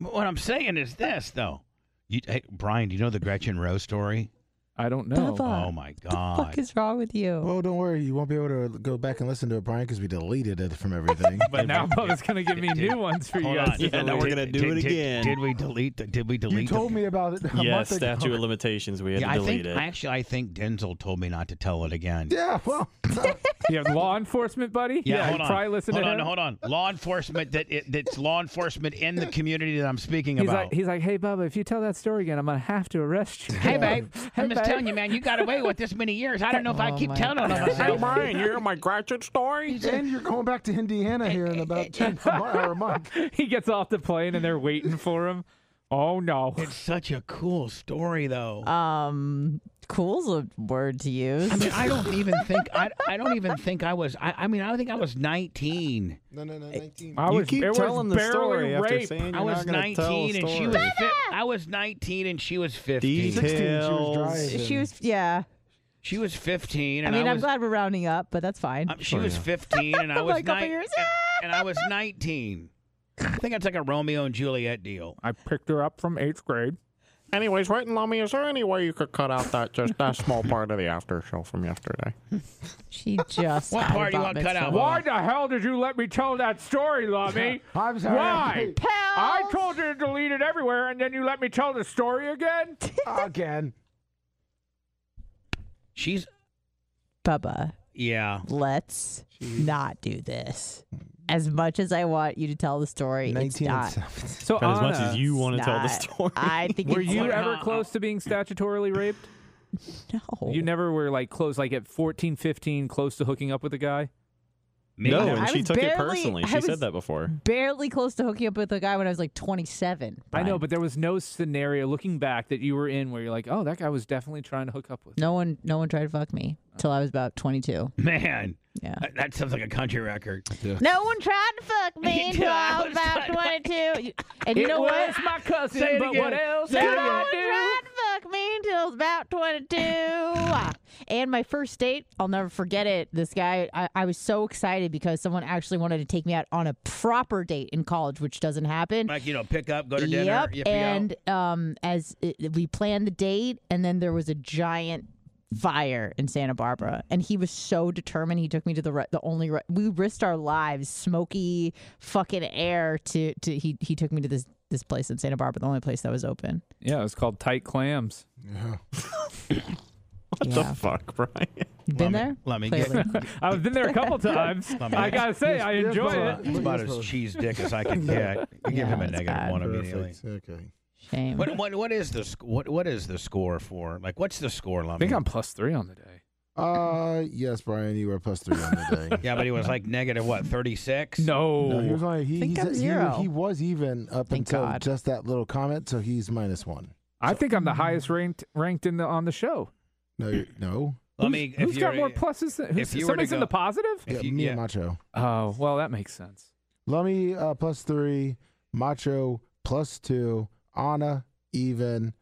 Speaker 1: But what I'm saying is this, though. You, hey, Brian, do you know the Gretchen Rowe story?
Speaker 3: I don't know.
Speaker 4: Baba.
Speaker 1: Oh my God!
Speaker 4: What the fuck is wrong with you?
Speaker 5: well, don't worry. You won't be able to go back and listen to it, Brian, because we deleted it from everything.
Speaker 3: But now Bubba's gonna give me new ones for you
Speaker 1: Hold
Speaker 3: guys.
Speaker 1: on.
Speaker 3: to
Speaker 6: Yeah, no,
Speaker 3: delete.
Speaker 6: we're gonna do it
Speaker 1: did-
Speaker 6: again.
Speaker 1: Did we delete? The, did we delete?
Speaker 5: you told
Speaker 1: the,
Speaker 5: me about it. A
Speaker 6: Yeah,
Speaker 5: month ago.
Speaker 6: statute of limitations. We had
Speaker 1: Yeah,
Speaker 6: to
Speaker 1: I
Speaker 6: delete
Speaker 1: think
Speaker 6: it.
Speaker 1: actually, I think Denzel told me not to tell it again.
Speaker 5: Yeah, well,
Speaker 3: You have law enforcement, buddy.
Speaker 1: Yeah, hold on.
Speaker 3: try listen
Speaker 1: hold
Speaker 3: to
Speaker 1: on,
Speaker 3: him.
Speaker 1: hold on. Law enforcement that it, that's law enforcement in the community that I'm speaking
Speaker 3: He's
Speaker 1: about.
Speaker 3: like, he's like, hey, Bubba, if you tell that story again, I'm gonna have to arrest you.
Speaker 1: hey, babe, I'm just
Speaker 3: babe.
Speaker 1: telling you, man, you got away with this many years. I don't know if I
Speaker 4: Oh
Speaker 1: keep
Speaker 4: my
Speaker 1: telling on myself.
Speaker 6: Brian, you hear my Gratchet story?
Speaker 5: and you're going back to Indiana here in about 10 mon- or a month.
Speaker 3: he gets off the plane and they're waiting for him. Oh no!
Speaker 1: It's such a cool story, though.
Speaker 4: Um, cool's a word to use.
Speaker 1: I mean, I don't even think I, I don't even think I was. I, I mean, I think I was 19.
Speaker 5: No, no, no, 19.
Speaker 3: I
Speaker 6: You
Speaker 3: was,
Speaker 6: keep
Speaker 3: it was
Speaker 6: telling the
Speaker 3: barely
Speaker 6: story
Speaker 3: rape.
Speaker 6: after saying you're
Speaker 1: I was
Speaker 6: not gonna tell a
Speaker 1: 19 and she
Speaker 6: story.
Speaker 1: was. Fi- I was 19 and she was 15.
Speaker 6: Details.
Speaker 4: she was, yeah.
Speaker 1: She was 15.
Speaker 4: I
Speaker 1: And
Speaker 4: mean, I'm
Speaker 1: was,
Speaker 4: glad we're rounding up, but that's fine.
Speaker 1: Um, she was 15 and I
Speaker 4: Like
Speaker 1: was
Speaker 4: a couple
Speaker 1: nine-
Speaker 4: years.
Speaker 1: and- and I was 19. I think that's like a Romeo and Juliet deal.
Speaker 3: I picked her up from eighth grade.
Speaker 6: Anyways, right, Lummy, is there any way you could cut out that just that small part of the after show from yesterday?
Speaker 4: She just.
Speaker 1: What
Speaker 4: had a
Speaker 1: part do you
Speaker 4: bat
Speaker 1: want
Speaker 4: mitzvah.
Speaker 1: cut out?
Speaker 3: Why the hell did you let me tell that story, Lummy?
Speaker 5: I'm sorry.
Speaker 3: Why? I
Speaker 4: Pals!
Speaker 3: told you to delete it everywhere, and then you let me tell the story again?
Speaker 5: Again.
Speaker 1: She's
Speaker 4: Bubba,
Speaker 1: yeah.
Speaker 4: let's not do this. As much as I want you to tell the story, it's
Speaker 5: 19 and
Speaker 4: not.
Speaker 5: seven.
Speaker 3: So,
Speaker 6: as much as you want to
Speaker 4: It's
Speaker 6: tell the
Speaker 4: not.
Speaker 6: story.
Speaker 4: I think
Speaker 3: were
Speaker 4: it's
Speaker 3: you
Speaker 1: Why
Speaker 3: ever
Speaker 1: not?
Speaker 3: close to being statutorily raped?
Speaker 4: no.
Speaker 3: You never were like close, like at 14, 15, close to hooking up with a guy?
Speaker 1: Me-
Speaker 6: no,
Speaker 4: I
Speaker 6: and she
Speaker 4: was
Speaker 6: took it
Speaker 4: barely-
Speaker 6: personally.
Speaker 4: I
Speaker 6: She
Speaker 4: was-
Speaker 6: said that before.
Speaker 4: barely close to hooking up with a guy when I was like 27.
Speaker 3: I know,
Speaker 4: Brian.
Speaker 3: but there was no scenario looking back that you were in where you're like, oh, that guy was definitely trying to hook up with.
Speaker 4: no one, no one tried to fuck me till I was about 22.
Speaker 1: man,
Speaker 4: Yeah.
Speaker 1: that- that sounds like a country record.
Speaker 4: No one tried to fuck me until I was about 22. You- And you know what?
Speaker 3: my cousin,
Speaker 1: Say it again.
Speaker 3: else
Speaker 1: Say
Speaker 4: No
Speaker 1: it
Speaker 4: one
Speaker 1: again.
Speaker 4: tried to fuck me until I was about 22. Ah. and my first date, I'll never forget it. This guy, I, I was so excited because someone actually wanted to take me out on a proper date in college, which doesn't happen.
Speaker 1: Like you know, pick up, go to dinner.
Speaker 4: Yep.
Speaker 1: yippee-o.
Speaker 4: And um, as it, we planned the date, and then there was a giant fire in Santa Barbara, and he was so determined. He took me to the re- the only re- we risked our lives, smoky fucking air to to he he took me to this this place in Santa Barbara, the only place that was open.
Speaker 3: Yeah, it was called Tight Clams.
Speaker 6: What
Speaker 4: Yeah.
Speaker 6: the fuck, Brian?
Speaker 4: You
Speaker 1: Let
Speaker 4: been
Speaker 1: me-
Speaker 4: there?
Speaker 1: let me
Speaker 4: Clearly.
Speaker 3: I've been there a couple times.
Speaker 1: Let me-
Speaker 3: I gotta say, I
Speaker 5: Yes,
Speaker 3: enjoy
Speaker 5: Bubba.
Speaker 3: it.
Speaker 1: It's about as cheese dick as I can get. I give him a
Speaker 4: it's
Speaker 1: negative
Speaker 4: bad.
Speaker 1: one immediately.
Speaker 5: Perfect. Okay.
Speaker 4: shame.
Speaker 1: What, what what is the sc- what what is the score for? Like, what's the score, Lummy?
Speaker 3: I think I'm plus three on the day.
Speaker 5: Uh, yes, Brian, you were plus three on the day.
Speaker 1: Yeah, but he was like negative what thirty six.
Speaker 3: No.
Speaker 5: No, he
Speaker 1: Oh.
Speaker 5: was only, he,
Speaker 4: Think
Speaker 5: he's-
Speaker 4: I'm
Speaker 5: he-
Speaker 4: zero.
Speaker 5: He, was even up
Speaker 4: Thank
Speaker 5: until
Speaker 4: God.
Speaker 5: just that little comment, so he's minus one.
Speaker 3: I think I'm the highest ranked ranked in the on the show.
Speaker 5: No, you- no.
Speaker 1: Let me.
Speaker 3: Who's
Speaker 1: if
Speaker 3: got
Speaker 1: you're-
Speaker 3: more pluses? Than, who's,
Speaker 1: if you were to
Speaker 3: somebody's in
Speaker 1: go-
Speaker 3: the positive.
Speaker 1: If
Speaker 5: Yeah,
Speaker 1: you-
Speaker 5: me
Speaker 1: yeah.
Speaker 5: and Macho.
Speaker 3: Oh well, that makes sense.
Speaker 5: Lummy uh, plus three, Macho plus two, Anna even,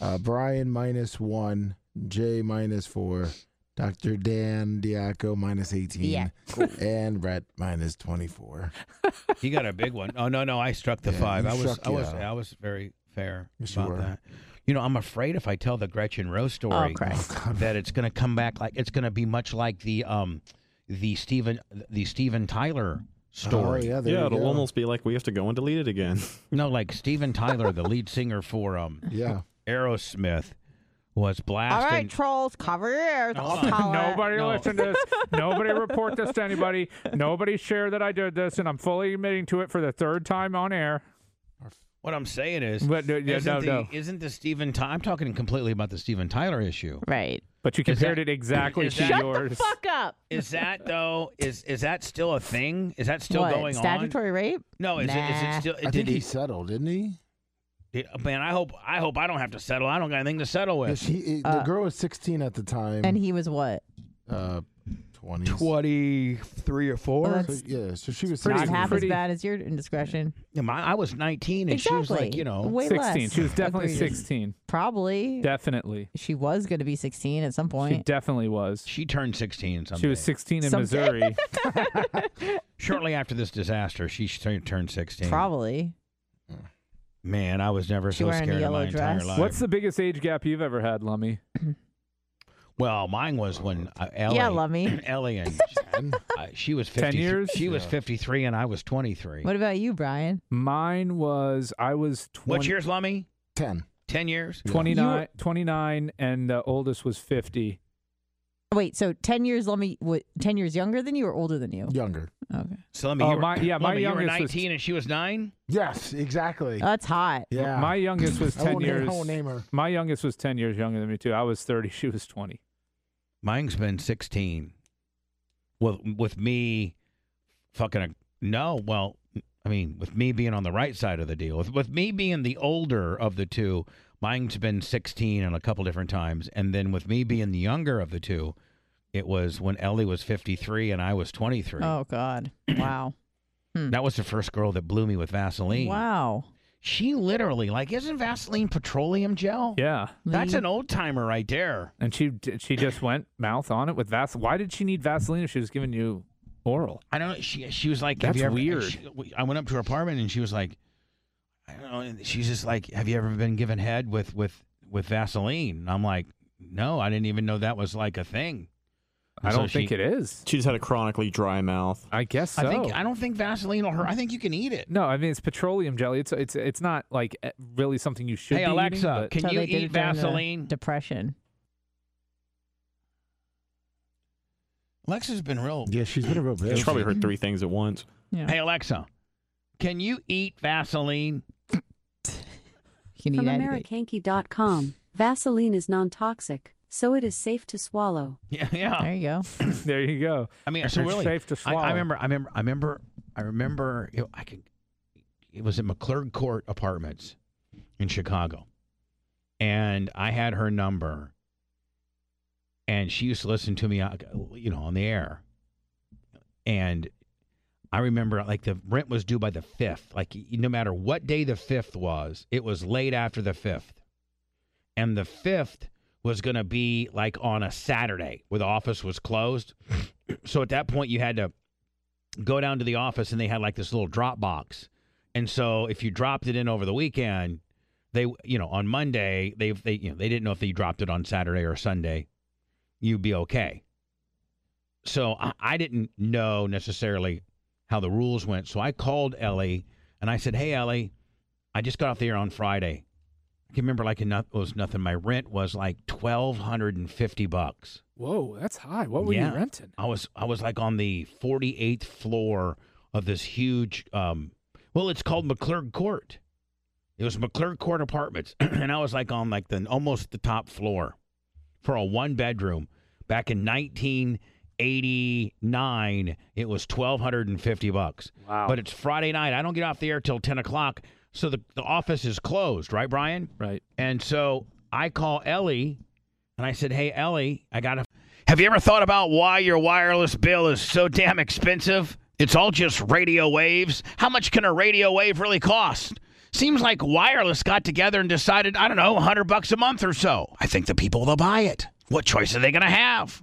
Speaker 5: uh, Brian minus one, Jay minus four, Dr. Dan Diaco minus 18,
Speaker 4: Yeah.
Speaker 5: and Brett minus 24.
Speaker 1: He got a big one. Oh no, no, I struck the
Speaker 5: Yeah,
Speaker 1: five.
Speaker 5: you
Speaker 1: I was,
Speaker 5: struck
Speaker 1: I was,
Speaker 5: the-
Speaker 1: I was very fair
Speaker 5: Yes, you
Speaker 1: about
Speaker 5: were.
Speaker 1: that. You know, I'm afraid if I tell the Gretchen Rowe
Speaker 4: Oh,
Speaker 1: story,
Speaker 4: Christ.
Speaker 1: that it's going to come back like it's going to be much like the um, the Stephen the Stephen Tyler story.
Speaker 5: Oh, yeah, there
Speaker 7: Yeah,
Speaker 5: you
Speaker 7: it'll
Speaker 5: go.
Speaker 7: almost be like we have to go and delete it again.
Speaker 1: No, like Steven Tyler, the lead singer for um
Speaker 5: Yeah.
Speaker 1: Aerosmith, was
Speaker 4: All
Speaker 1: blasting.
Speaker 4: right, trolls, cover your ears.
Speaker 1: No,
Speaker 4: I'll uh,
Speaker 1: no.
Speaker 4: holler.
Speaker 3: Nobody
Speaker 1: No.
Speaker 3: listen to this. Nobody report this to anybody. Nobody share that I did this, and I'm fully admitting to it for the third time on air.
Speaker 1: What I'm saying is,
Speaker 3: But no, yeah,
Speaker 1: isn't,
Speaker 3: no,
Speaker 1: the,
Speaker 3: no.
Speaker 1: isn't the Stephen? Ty- I'm talking completely about the Steven Tyler issue.
Speaker 4: Right.
Speaker 3: But you
Speaker 1: Is
Speaker 3: compared
Speaker 1: that-
Speaker 3: it exactly
Speaker 1: is
Speaker 3: to
Speaker 1: that-
Speaker 4: Shut the
Speaker 3: yours.
Speaker 4: fuck up.
Speaker 1: Is that though? Is is that still a thing? Is that still
Speaker 4: what?
Speaker 1: going
Speaker 4: Statutory rape?
Speaker 1: on? No, is it, is
Speaker 4: Nah.
Speaker 1: it still?
Speaker 5: I
Speaker 1: did
Speaker 5: think
Speaker 1: he,
Speaker 5: he settled, didn't he?
Speaker 1: did- man, I hope I hope I don't have to settle. I don't got anything to settle
Speaker 5: Yeah,
Speaker 1: with.
Speaker 5: she, it-
Speaker 4: Uh,
Speaker 5: the girl was 16 at the time.
Speaker 4: And he was what?
Speaker 5: uh, 20s.
Speaker 1: Twenty three or
Speaker 4: Well,
Speaker 1: four.
Speaker 5: So,
Speaker 4: that's
Speaker 5: yeah, so she was
Speaker 4: not
Speaker 5: 16.
Speaker 4: half
Speaker 3: pretty-
Speaker 4: as bad as your indiscretion.
Speaker 1: I was nineteen, and
Speaker 4: exactly.
Speaker 1: she was like, you know,
Speaker 4: way
Speaker 3: Sixteen.
Speaker 4: less.
Speaker 3: She was definitely
Speaker 4: Agreed.
Speaker 3: sixteen.
Speaker 4: Probably.
Speaker 3: Definitely.
Speaker 4: she was going to be 16 at some
Speaker 3: She
Speaker 4: point.
Speaker 3: definitely was.
Speaker 1: she turned sixteen. Someday.
Speaker 3: She was sixteen in
Speaker 4: Someday.
Speaker 3: Missouri.
Speaker 1: shortly after this disaster. She turned turned sixteen.
Speaker 4: Probably.
Speaker 1: Man, I was never
Speaker 4: She
Speaker 1: so
Speaker 4: wearing a
Speaker 1: scared in my
Speaker 4: yellow
Speaker 1: entire
Speaker 4: dress?
Speaker 1: life.
Speaker 3: What's the biggest age gap you've ever had, Lummy?
Speaker 1: well, mine was when uh, Ellie,
Speaker 4: Yeah, Lummy.
Speaker 1: Ellie and uh, she was 50,
Speaker 3: Ten years?
Speaker 1: She was fifty three, and I was twenty three.
Speaker 4: What about you, Brian?
Speaker 3: Mine was I was
Speaker 1: What's
Speaker 3: 20,
Speaker 1: yours, Lummy?
Speaker 5: 10.
Speaker 1: Ten years.
Speaker 3: 29, 29 and the oldest was 50.
Speaker 4: Wait, so 10 years, let me, what, 10 years younger than you or older than you?
Speaker 5: Younger.
Speaker 4: Okay.
Speaker 1: So Lummy,
Speaker 3: Oh,
Speaker 1: you were,
Speaker 3: my- yeah, my
Speaker 1: Lummi, you were
Speaker 3: youngest was-
Speaker 1: nineteen, and she was nine.
Speaker 5: Yes, exactly.
Speaker 4: That's hot.
Speaker 5: yeah.
Speaker 3: My youngest was
Speaker 5: I
Speaker 3: 10
Speaker 5: won't name-
Speaker 3: years.
Speaker 5: I won't name her.
Speaker 3: My youngest was 10 years younger than me, too. I was 30. She was 20.
Speaker 1: Mine's been sixteen. With with me, fucking a, no. Well, I mean, with me being on the right side of the deal, with, with me being the older of the two, mine's been sixteen and a couple different times, and then with me being the younger of the two, it was when Ellie was fifty three and I was twenty three.
Speaker 4: Oh, God. Wow.
Speaker 1: That was the first girl that blew me with Vaseline.
Speaker 4: Wow.
Speaker 1: She literally like isn't Vaseline petroleum gel?
Speaker 3: Yeah.
Speaker 1: That's
Speaker 4: Lee.
Speaker 1: an old timer right there.
Speaker 3: And she d- she just went mouth on it with Vaseline. Why did she need Vaseline if she was giving you oral?
Speaker 1: I don't know. She she was like, have
Speaker 3: That's
Speaker 1: you ever,
Speaker 3: weird.
Speaker 1: she- we- I went up to her apartment and she was like, I don't know. And she's just like, have you ever been given head with with with Vaseline? And I'm like, no, I didn't even know that was like a thing.
Speaker 3: I
Speaker 1: So
Speaker 3: don't think
Speaker 1: she-
Speaker 3: it is.
Speaker 7: She just had a chronically dry mouth.
Speaker 3: I guess so.
Speaker 1: I think I don't think Vaseline will hurt. I think you can eat it.
Speaker 3: no, I mean it's petroleum jelly. It's it's it's not like eh, really something you should.
Speaker 1: Hey
Speaker 3: be eating,
Speaker 1: Alexa,
Speaker 3: but-
Speaker 1: can
Speaker 4: So
Speaker 1: you
Speaker 4: they did
Speaker 1: eat
Speaker 4: it
Speaker 3: uh,
Speaker 4: during the
Speaker 1: Vaseline?
Speaker 4: Depression.
Speaker 1: Alexa's been real.
Speaker 5: Yeah, she's been a real bitch.
Speaker 7: She probably heard three things at once.
Speaker 4: Yeah.
Speaker 1: Hey Alexa, can you eat Vaseline?
Speaker 4: You need
Speaker 8: From
Speaker 4: anything.
Speaker 8: AmericAnki.com, Vaseline is non toxic, so it is safe to swallow.
Speaker 1: Yeah, yeah.
Speaker 4: There you go.
Speaker 3: there you go.
Speaker 1: I mean,
Speaker 3: It's
Speaker 1: so really,
Speaker 3: safe to
Speaker 1: I,
Speaker 3: swallow.
Speaker 1: I remember, I remember, I remember, I remember. It, I could. It was at McClurg Court Apartments in Chicago, and I had her number, and she used to listen to me, uh, you know, on the air, and I remember like the rent was due by the fifth. Like y- no matter what day the fifth was, it was late after the fifth, and the fifth was going to be like on a Saturday where the office was closed. So at that point, you had to go down to the office, and they had like this little drop box. And so if you dropped it in over the weekend, they you know on Monday they they you know they didn't know if they dropped it on Saturday or Sunday, you'd be okay. So I, I didn't know necessarily how the rules went. So I called Ellie and I said, "Hey Ellie, I just got off the air on Friday. I can remember like it no- was nothing. My rent was like twelve hundred and fifty bucks."
Speaker 3: Whoa, that's high. What were
Speaker 1: Yeah.
Speaker 3: you renting?
Speaker 1: I was I was like on the 48th floor of this huge um well it's called McClurg Court. It was McClurg Court Apartments and I was like on like the almost the top floor for a one bedroom, Back in 1989, it was 1250 bucks.
Speaker 9: Wow.
Speaker 1: But it's Friday night. I don't get off the air till 10 o'clock. So the, the office is closed, right, Brian?
Speaker 3: Right.
Speaker 1: And so I call Ellie and I said, Hey, Ellie, I got to. Have you ever thought about why your wireless bill is so damn expensive? It's all just radio waves. How much can a radio wave really cost? Seems like wireless got together and decided, I don't know, 100 bucks a month or so. I think the people will buy it. What choice are they going to have?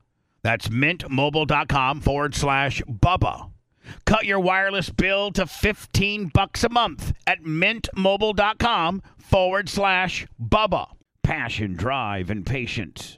Speaker 1: That's mintmobile.com forward slash Bubba. Cut your wireless bill to 15 bucks a month at mintmobile.com forward slash Bubba.
Speaker 10: Passion, drive, and patience.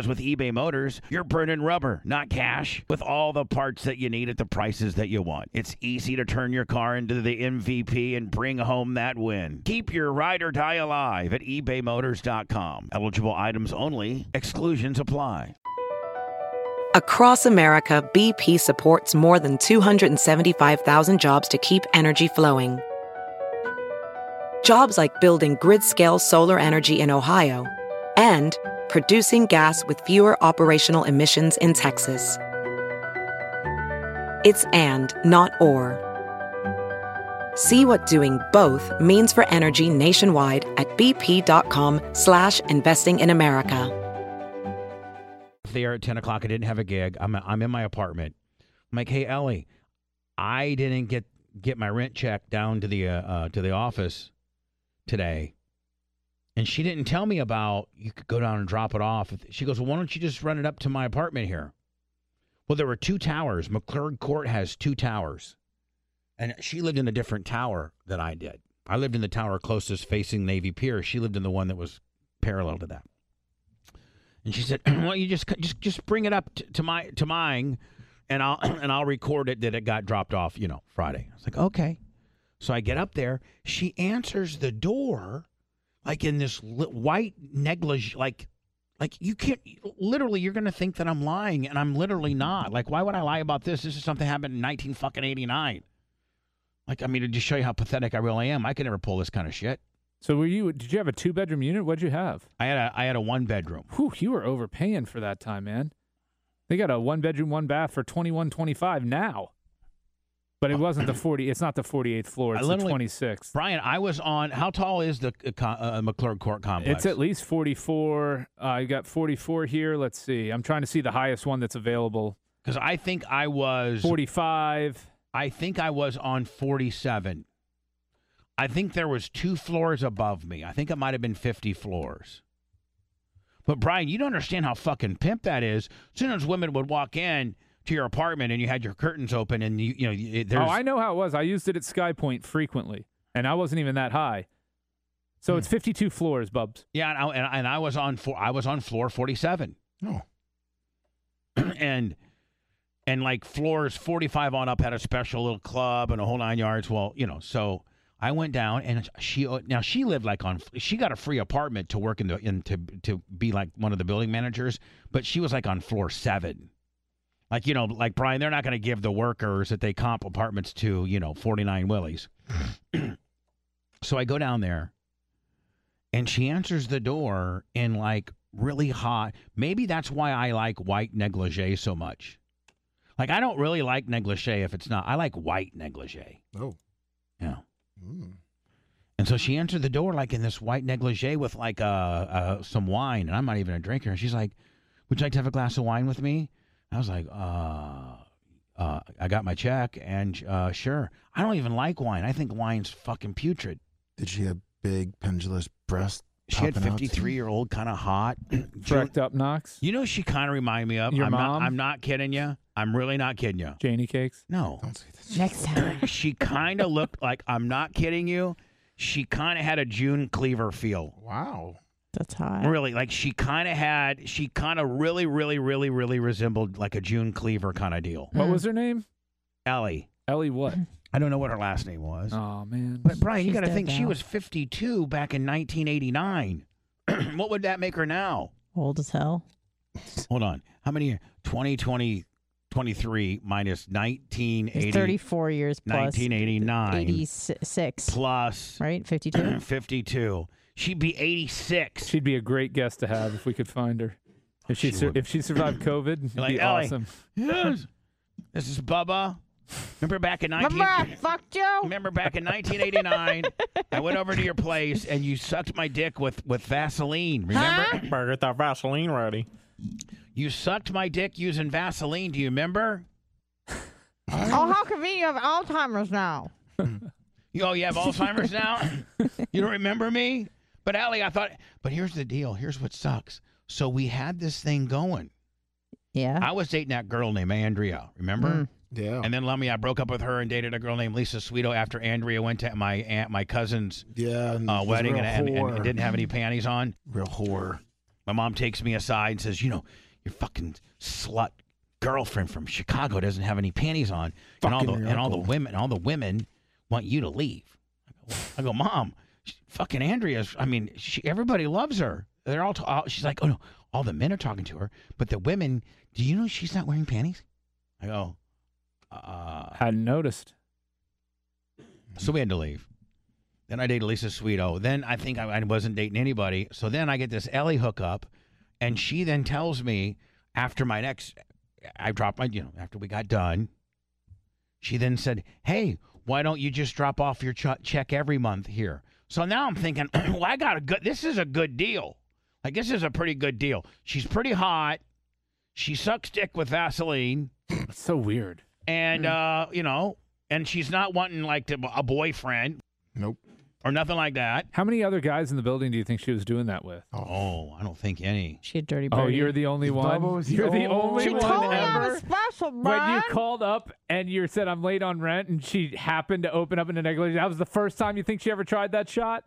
Speaker 10: with eBay Motors, you're burning rubber, not cash, with all the parts that you need at the prices that you want. It's easy to turn your car into the MVP and bring home that win. Keep your ride or die alive at ebaymotors.com. Eligible items only, exclusions apply.
Speaker 11: Across America, BP supports more than 275,000 jobs to keep energy flowing. Jobs like building grid scale solar energy in Ohio and producing gas with fewer operational emissions in Texas. It's and, not or. See what doing both means for energy nationwide at bp.com slash investing in America.
Speaker 1: there at 10 o'clock. I didn't have a gig. I'm, I'm in my apartment. I'm like, hey, Ellie, I didn't get, get my rent check down to the, uh, uh, to the office today. And she didn't tell me about you could go down and drop it off. She goes, well, why don't you just run it up to my apartment here? Well, there were two towers. McClurg Court has two towers. And she lived in a different tower than I did. I lived in the tower closest facing Navy Pier. She lived in the one that was parallel to that. And she said, "Well, you just just just bring it up t- to my to mine, and I'll and I'll record it that it got dropped off, you know, Friday." I was like, "Okay." So I get up there. She answers the door, like in this li- white negligee, like like you can't literally. You're gonna think that I'm lying, and I'm literally not. Like, why would I lie about this? This is something that happened in 19 fucking 89. Like, I mean, to just show you how pathetic I really am, I could never pull this kind of shit.
Speaker 3: So were you? Did you have a two bedroom unit? What'd you have?
Speaker 1: I had a I had a one bedroom.
Speaker 3: Whew, you were overpaying for that time, man. They got a one bedroom, one bath for twenty one twenty five now. But it wasn't the forty. It's not the forty eighth floor.
Speaker 1: I
Speaker 3: It's the
Speaker 1: literally-
Speaker 3: twenty sixth.
Speaker 1: Brian, I was on. How tall is the uh, co- uh, McClurg Court complex?
Speaker 3: It's at least forty four. Uh, you got forty four here. Let's see. I'm trying to see the highest one that's available. Oh,
Speaker 1: because I think I was.
Speaker 3: Forty five.
Speaker 1: I think I was on forty-seven. I think there was two floors above me. I think it might have been fifty floors. But Brian, you don't understand how fucking pimp that is. Soon as women would walk in to your apartment and you had your curtains open and you you know it,
Speaker 3: Oh,
Speaker 1: there's
Speaker 3: I know how it was. I used it at Sky Point frequently, and I wasn't even that high. So
Speaker 1: Hmm.
Speaker 3: it's fifty two floors, Bubs.
Speaker 1: yeah and I, and, I- and I was on four, I was on floor forty-seven.
Speaker 5: No.
Speaker 1: and and like floors 45 on up had a special little club and a whole nine yards well you know so I went down and she uh, now she lived like on she got a free apartment to work in the in to to be like one of the building managers, but she was like on floor seven. Like you know, like Brian, they're not going to give the workers that they comp apartments to you know forty nine willies. so I go down there, and she answers the door in like really hot. Maybe that's why I like white negligee so much. Like I don't really like negligee if it's not. I like white negligee.
Speaker 5: Oh.
Speaker 1: Yeah.
Speaker 5: Mm.
Speaker 1: And so she entered the door like in this white negligee with like uh, uh some wine, and I'm not even a drinker. And she's like, "Would you like to have a glass of wine with me?" And I was like, "Uh, uh, I got my check, and uh, sure. I don't even like wine. I think wine's fucking putrid."
Speaker 5: Did she have big pendulous breasts?
Speaker 1: She had
Speaker 5: Popping out.
Speaker 1: 53 year old, kind of hot. June-
Speaker 3: Frecked up Knox,
Speaker 1: you know, she kind of remind me of.
Speaker 3: Your
Speaker 1: I'm
Speaker 3: mom?
Speaker 1: not. I'm not kidding you. I'm really not kidding you.
Speaker 3: Janie cakes.
Speaker 1: No.
Speaker 5: Don't say that.
Speaker 4: Next time.
Speaker 1: she kind of looked like. I'm not kidding you. She kind of had a June Cleaver feel.
Speaker 5: Wow.
Speaker 4: That's hot.
Speaker 1: Really, like she kind of had, she kind of really, really, really, really resembled like a June Cleaver kind of deal.
Speaker 3: What
Speaker 4: Mm.
Speaker 3: was her name?
Speaker 1: Ellie,
Speaker 3: Ellie what?
Speaker 1: I don't know what her last name was,
Speaker 3: Oh man.
Speaker 1: but Brian, you
Speaker 4: She's
Speaker 1: got to
Speaker 4: dead
Speaker 1: think she
Speaker 4: now.
Speaker 1: was 52 back in 1989. what would that make her now?
Speaker 4: Old as hell.
Speaker 1: Hold on, how many? 2020, 23 minus
Speaker 4: He's
Speaker 1: 1980,
Speaker 4: 34 years plus
Speaker 1: 1989
Speaker 4: 86,
Speaker 1: plus
Speaker 4: right? 52.
Speaker 1: 52. She'd be 86.
Speaker 3: She'd be a great guest to have if we could find her. If she,
Speaker 1: She
Speaker 3: sur-
Speaker 1: would.
Speaker 3: if she survived COVID, it'd
Speaker 1: like,
Speaker 3: be
Speaker 1: "Ellie."
Speaker 3: awesome.
Speaker 1: yes. This is Bubba. Remember back in 19.
Speaker 4: Remember I fucked you?
Speaker 1: remember back in 1989, I went over to your place and you sucked my dick with, with Vaseline. Remember?
Speaker 4: Huh?
Speaker 7: Better get that Vaseline ready.
Speaker 1: You sucked my dick using Vaseline. Do you remember?
Speaker 4: Oh, how convenient you have Alzheimer's now.
Speaker 1: You, oh, you have Alzheimer's now? you don't remember me? But Allie, I thought, but here's the deal. Here's what sucks. So we had this thing going.
Speaker 4: Yeah.
Speaker 1: I was dating that girl named Andrea. Remember?
Speaker 4: Uh-huh. Mm.
Speaker 5: Yeah.
Speaker 1: And then Lummy, I broke up with her and dated a girl named Lisa Sweeto after Andrea went to my aunt, my cousin's
Speaker 5: yeah. and
Speaker 1: uh,
Speaker 5: she's
Speaker 1: wedding
Speaker 5: real
Speaker 1: and, and, and
Speaker 5: whore.
Speaker 1: didn't have any panties on.
Speaker 5: real whore.
Speaker 1: My mom takes me aside and says, "You know, your fucking slut girlfriend from Chicago doesn't have any panties on, and all the
Speaker 5: Fucking
Speaker 1: and all the
Speaker 5: miracle.
Speaker 1: women, all the women want you to leave." I go, "Mom, she- fucking Andrea's. I mean, she, everybody loves her. They're all, t- all. She's like, oh no, all the men are talking to her, but the women. Do you know she's not wearing panties?" I go, "Uh."
Speaker 3: Hadn't noticed.
Speaker 1: So we had to leave. Then I dated Lisa Sweeto. Then I think I, I wasn't dating anybody. So then I get this Ellie hookup, and she then tells me after my next, I dropped my, you know, after we got done, she then said, "Hey, why don't you just drop off your ch- check every month here?" So now I'm thinking, well, I got a good. This is a good deal. Like this is a pretty good deal. She's pretty hot. She sucks dick with Vaseline
Speaker 3: That's so weird.
Speaker 1: and uh, you know, and she's not wanting like to, a boyfriend.
Speaker 5: Nope.
Speaker 1: Or nothing like that.
Speaker 3: How many other guys in the building do you think she was doing that with?
Speaker 1: Oh, I don't think any.
Speaker 4: She had dirty
Speaker 3: Oh,
Speaker 4: birdie.
Speaker 3: you're the only one.
Speaker 5: Bubba was the
Speaker 3: you're the
Speaker 5: only
Speaker 3: only
Speaker 4: she
Speaker 5: one
Speaker 3: one
Speaker 4: told me I
Speaker 3: ever.
Speaker 4: was special, bro.
Speaker 3: when you called up and you said I'm late on rent, and she happened to open up in a negligee, that was the first time you think she ever tried that shot.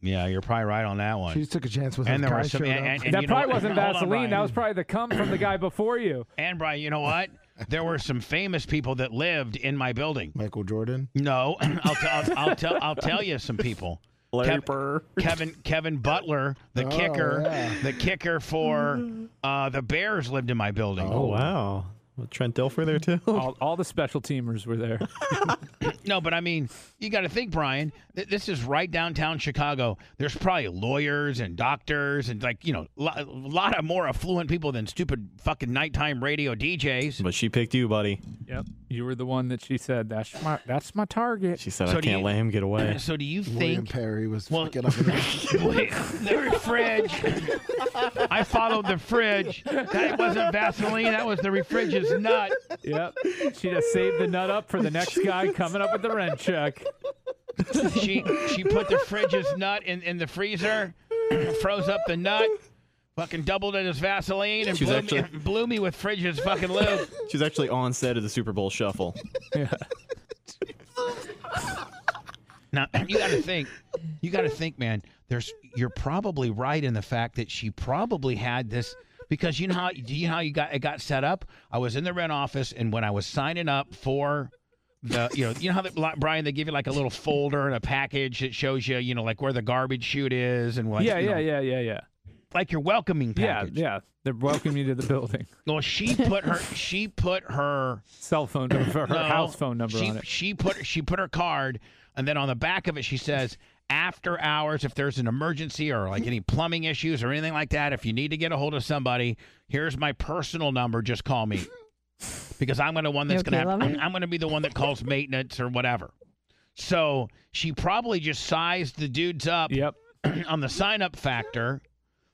Speaker 1: Yeah, you're probably right on that one.
Speaker 5: She just took a chance with
Speaker 1: And
Speaker 5: her
Speaker 1: there were
Speaker 5: guy
Speaker 1: some-
Speaker 5: showed
Speaker 1: and-
Speaker 5: up.
Speaker 1: and-
Speaker 3: that
Speaker 1: you know
Speaker 3: probably
Speaker 1: what?
Speaker 3: wasn't
Speaker 1: Hold on,
Speaker 3: Vaseline.
Speaker 1: Brian.
Speaker 3: that was probably the cum from the guy before you.
Speaker 1: and Brian, you know what? there were some famous people that lived in my building.
Speaker 5: Michael Jordan.
Speaker 1: No, I'll, t- I'll, I'll tell I'll tell you some people. Kev- Kevin Kevin Butler, the
Speaker 5: Oh,
Speaker 1: kicker,
Speaker 5: yeah.
Speaker 1: the kicker for uh, the Bears lived in my building.
Speaker 7: Oh, wow. Trent Dilfer there too.
Speaker 3: All, all the special teamers were there.
Speaker 1: No, but I mean, you got to think, Brian. Th- this is right downtown Chicago. There's probably lawyers and doctors and like you know, lo- a lot of more affluent people than stupid fucking nighttime radio DJs.
Speaker 7: But she picked you, buddy.
Speaker 3: yep, you were the one that she said that's my that's my target.
Speaker 7: She said,
Speaker 1: So
Speaker 7: I
Speaker 1: do
Speaker 7: can't
Speaker 1: you-
Speaker 7: let him get away.
Speaker 1: So do you
Speaker 5: William
Speaker 1: think?
Speaker 5: Perry was
Speaker 1: Well-
Speaker 5: fucking up. in there.
Speaker 1: Wait, the fridge. I followed the fridge. That wasn't Vaseline. That was the refrige's nut.
Speaker 3: Yep, she just saved the nut up for the next guy coming up with the rent check.
Speaker 1: She she put the fridge's nut in in the freezer, froze up the nut. Fucking doubled it as Vaseline and
Speaker 7: She's
Speaker 1: blew, me,
Speaker 7: actually-
Speaker 1: blew me with fridge's fucking lube.
Speaker 7: She's actually on set of the Super Bowl shuffle.
Speaker 1: Now you got to think. You got to think, man. There's you're probably right in the fact that she probably had this because you know how do you know how you got it got set up. I was in the rent office, and when I was signing up for the you know you know how they, like, Brian they give you like a little folder and a package that shows you you know like where the garbage chute is and like
Speaker 3: yeah,
Speaker 1: you know,
Speaker 3: yeah, yeah, yeah, yeah,
Speaker 1: like your welcoming
Speaker 3: yeah,
Speaker 1: package.
Speaker 3: yeah. They're welcoming you to the building.
Speaker 1: Well, she put her she put her
Speaker 3: Cell phone number, her
Speaker 1: no,
Speaker 3: house phone number
Speaker 1: she,
Speaker 3: on it.
Speaker 1: She put she put her card, and then on the back of it she says, "After hours, if there's an emergency or like any plumbing issues or anything like that, if you need to get a hold of somebody, here's my personal number. Just call me, because I'm gonna one that's
Speaker 4: okay,
Speaker 1: gonna have,
Speaker 4: Lovey?
Speaker 1: I'm, I'm gonna be the one that calls maintenance or whatever." So she probably just sized the dudes up
Speaker 3: Yep.
Speaker 1: on the sign up factor.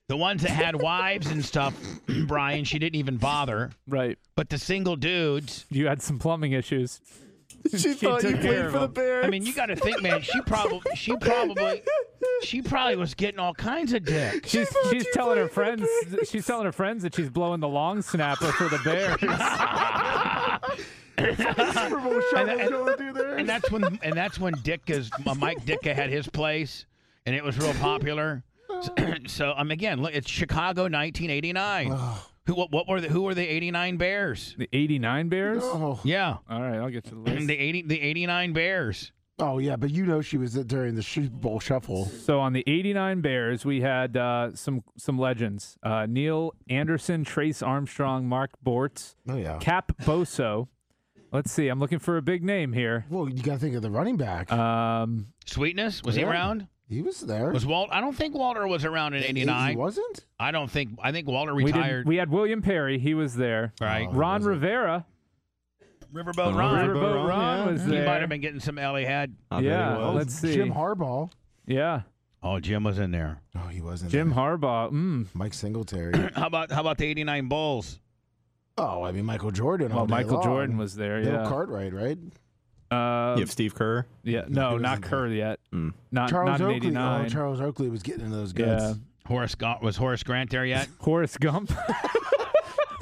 Speaker 1: The ones that had wives and stuff, Brian, she didn't even bother.
Speaker 3: Right.
Speaker 1: But the single dudes,
Speaker 3: You had some plumbing issues.
Speaker 7: She thought
Speaker 3: took
Speaker 7: you
Speaker 3: care
Speaker 7: played
Speaker 3: of
Speaker 7: for the
Speaker 3: him.
Speaker 7: Bears.
Speaker 1: I mean, you got to think, man. She probably, she probably, she probably was getting all kinds of dick.
Speaker 3: She's, she's telling her friends. She's telling her friends that she's blowing the long snapper for the Bears.
Speaker 5: Super Bowl
Speaker 1: And,
Speaker 5: shuffle
Speaker 1: and-
Speaker 5: going through there.
Speaker 1: and that's when, and that's when Dicka's uh, Mike Dicka had his place, and it was real popular. So, so um, again, look, it's Chicago, 1989. Who, what, what were the, who were the 89 Bears?
Speaker 3: the '89 Bears.
Speaker 5: Oh,
Speaker 1: Yeah,
Speaker 3: All right, I'll get to the list.
Speaker 1: the 80, the 89 Bears.
Speaker 5: oh yeah, but you know she was at- during the Super Bowl shuffle.
Speaker 3: So on the '89 Bears, we had uh, some some legends: uh, Neil Anderson, Trace Armstrong, Mark Bortz,
Speaker 5: Oh yeah.
Speaker 3: Cap Boso. Let's see. I'm looking for a big name here.
Speaker 5: Well, you got to think of the running back.
Speaker 3: Um,
Speaker 1: Sweetness was he
Speaker 5: Yeah.
Speaker 1: around?
Speaker 5: he was there.
Speaker 1: Was Walt? I don't think Walter was around in
Speaker 5: He
Speaker 1: '89.
Speaker 5: wasn't.
Speaker 1: I don't think. I think Walter
Speaker 3: we, didn't-
Speaker 1: retired.
Speaker 3: we had William Perry. He was there.
Speaker 1: right,
Speaker 5: Oh, he
Speaker 3: Ron
Speaker 5: wasn't.
Speaker 3: Rivera.
Speaker 1: Riverboat
Speaker 7: Oh,
Speaker 1: Ron.
Speaker 7: Riverboat
Speaker 3: Riverboat Ron
Speaker 7: Ron, yeah.
Speaker 3: was
Speaker 1: He
Speaker 3: there.
Speaker 1: might have been getting some LA head.
Speaker 7: I bet he
Speaker 3: yeah,
Speaker 7: was.
Speaker 3: let's see.
Speaker 5: Jim Harbaugh.
Speaker 3: yeah,
Speaker 1: Oh, Jim was in there.
Speaker 5: Oh, he wasn't.
Speaker 3: Jim
Speaker 5: there.
Speaker 3: Harbaugh. Mm.
Speaker 5: Mike Singletary.
Speaker 1: How about how about the '89 Bulls?
Speaker 5: oh, I mean Michael Jordan. all
Speaker 3: Well,
Speaker 5: day
Speaker 3: Michael
Speaker 5: long.
Speaker 3: Jordan was there.
Speaker 5: Bill
Speaker 3: Yeah.
Speaker 5: Cartwright, right?
Speaker 3: Uh,
Speaker 7: you have Steve Kerr.
Speaker 3: Yeah. No,
Speaker 5: He
Speaker 3: not
Speaker 5: wasn't
Speaker 3: Kerr yet.
Speaker 7: Mm.
Speaker 3: Not
Speaker 5: Charles
Speaker 3: not in
Speaker 5: Oakley.
Speaker 3: '89.
Speaker 5: Oh, Charles Oakley was getting into those guts.
Speaker 3: yeah.
Speaker 1: Horace Grant was Horace Grant there yet?
Speaker 3: Horace Gump.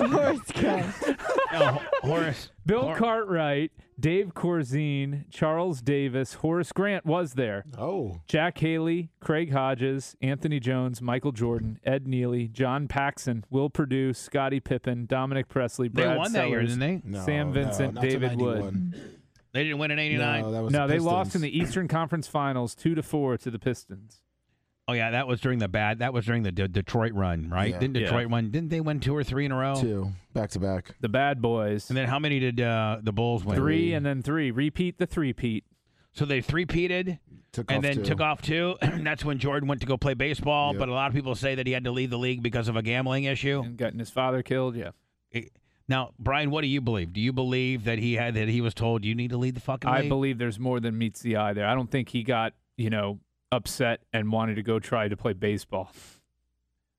Speaker 1: no, Horace.
Speaker 3: Bill
Speaker 1: Hor-
Speaker 3: Cartwright, Dave Corzine, Charles Davis, Horace Grant was there.
Speaker 5: Oh,
Speaker 3: Jack Haley, Craig Hodges, Anthony Jones, Michael Jordan, Ed Neely, John Paxson, Will Purdue, Scottie Pippen, Dominic Presley,
Speaker 1: They
Speaker 3: Brad
Speaker 1: won that year,
Speaker 3: Sellers.
Speaker 1: didn't they?
Speaker 5: no,
Speaker 3: Sam
Speaker 5: no,
Speaker 3: Vincent,
Speaker 5: not till
Speaker 3: David Wood.
Speaker 5: 91.
Speaker 1: They didn't win in '89.
Speaker 5: No, that was
Speaker 3: No,
Speaker 5: the
Speaker 3: they lost in
Speaker 5: Pistons.
Speaker 3: the E Eastern Conference Finals, two to four to the Pistons.
Speaker 1: Oh yeah, that was during the bad. That was during the D- Detroit run, right?
Speaker 5: Yeah.
Speaker 1: Didn't Detroit win? Didn't they win two or three in a row?
Speaker 5: two back to back.
Speaker 3: The Bad Boys,
Speaker 1: And then how many did uh, the Bulls win?
Speaker 3: three and then three. Repeat the three-peat.
Speaker 1: So they three peated
Speaker 5: Took
Speaker 1: and
Speaker 5: off
Speaker 1: then
Speaker 5: two.
Speaker 1: took off two. That's when Jordan went to go play baseball.
Speaker 5: Yep.
Speaker 1: But a lot of people say that he had to leave the league because of a gambling issue.
Speaker 3: And gotten his father killed, yeah.
Speaker 1: Now, Brian, what do you believe? Do you believe that he had that he was told you need to leave the fucking league?
Speaker 3: I believe there's more than meets the eye there. I don't think he got, you know, upset and wanted to go try to play baseball.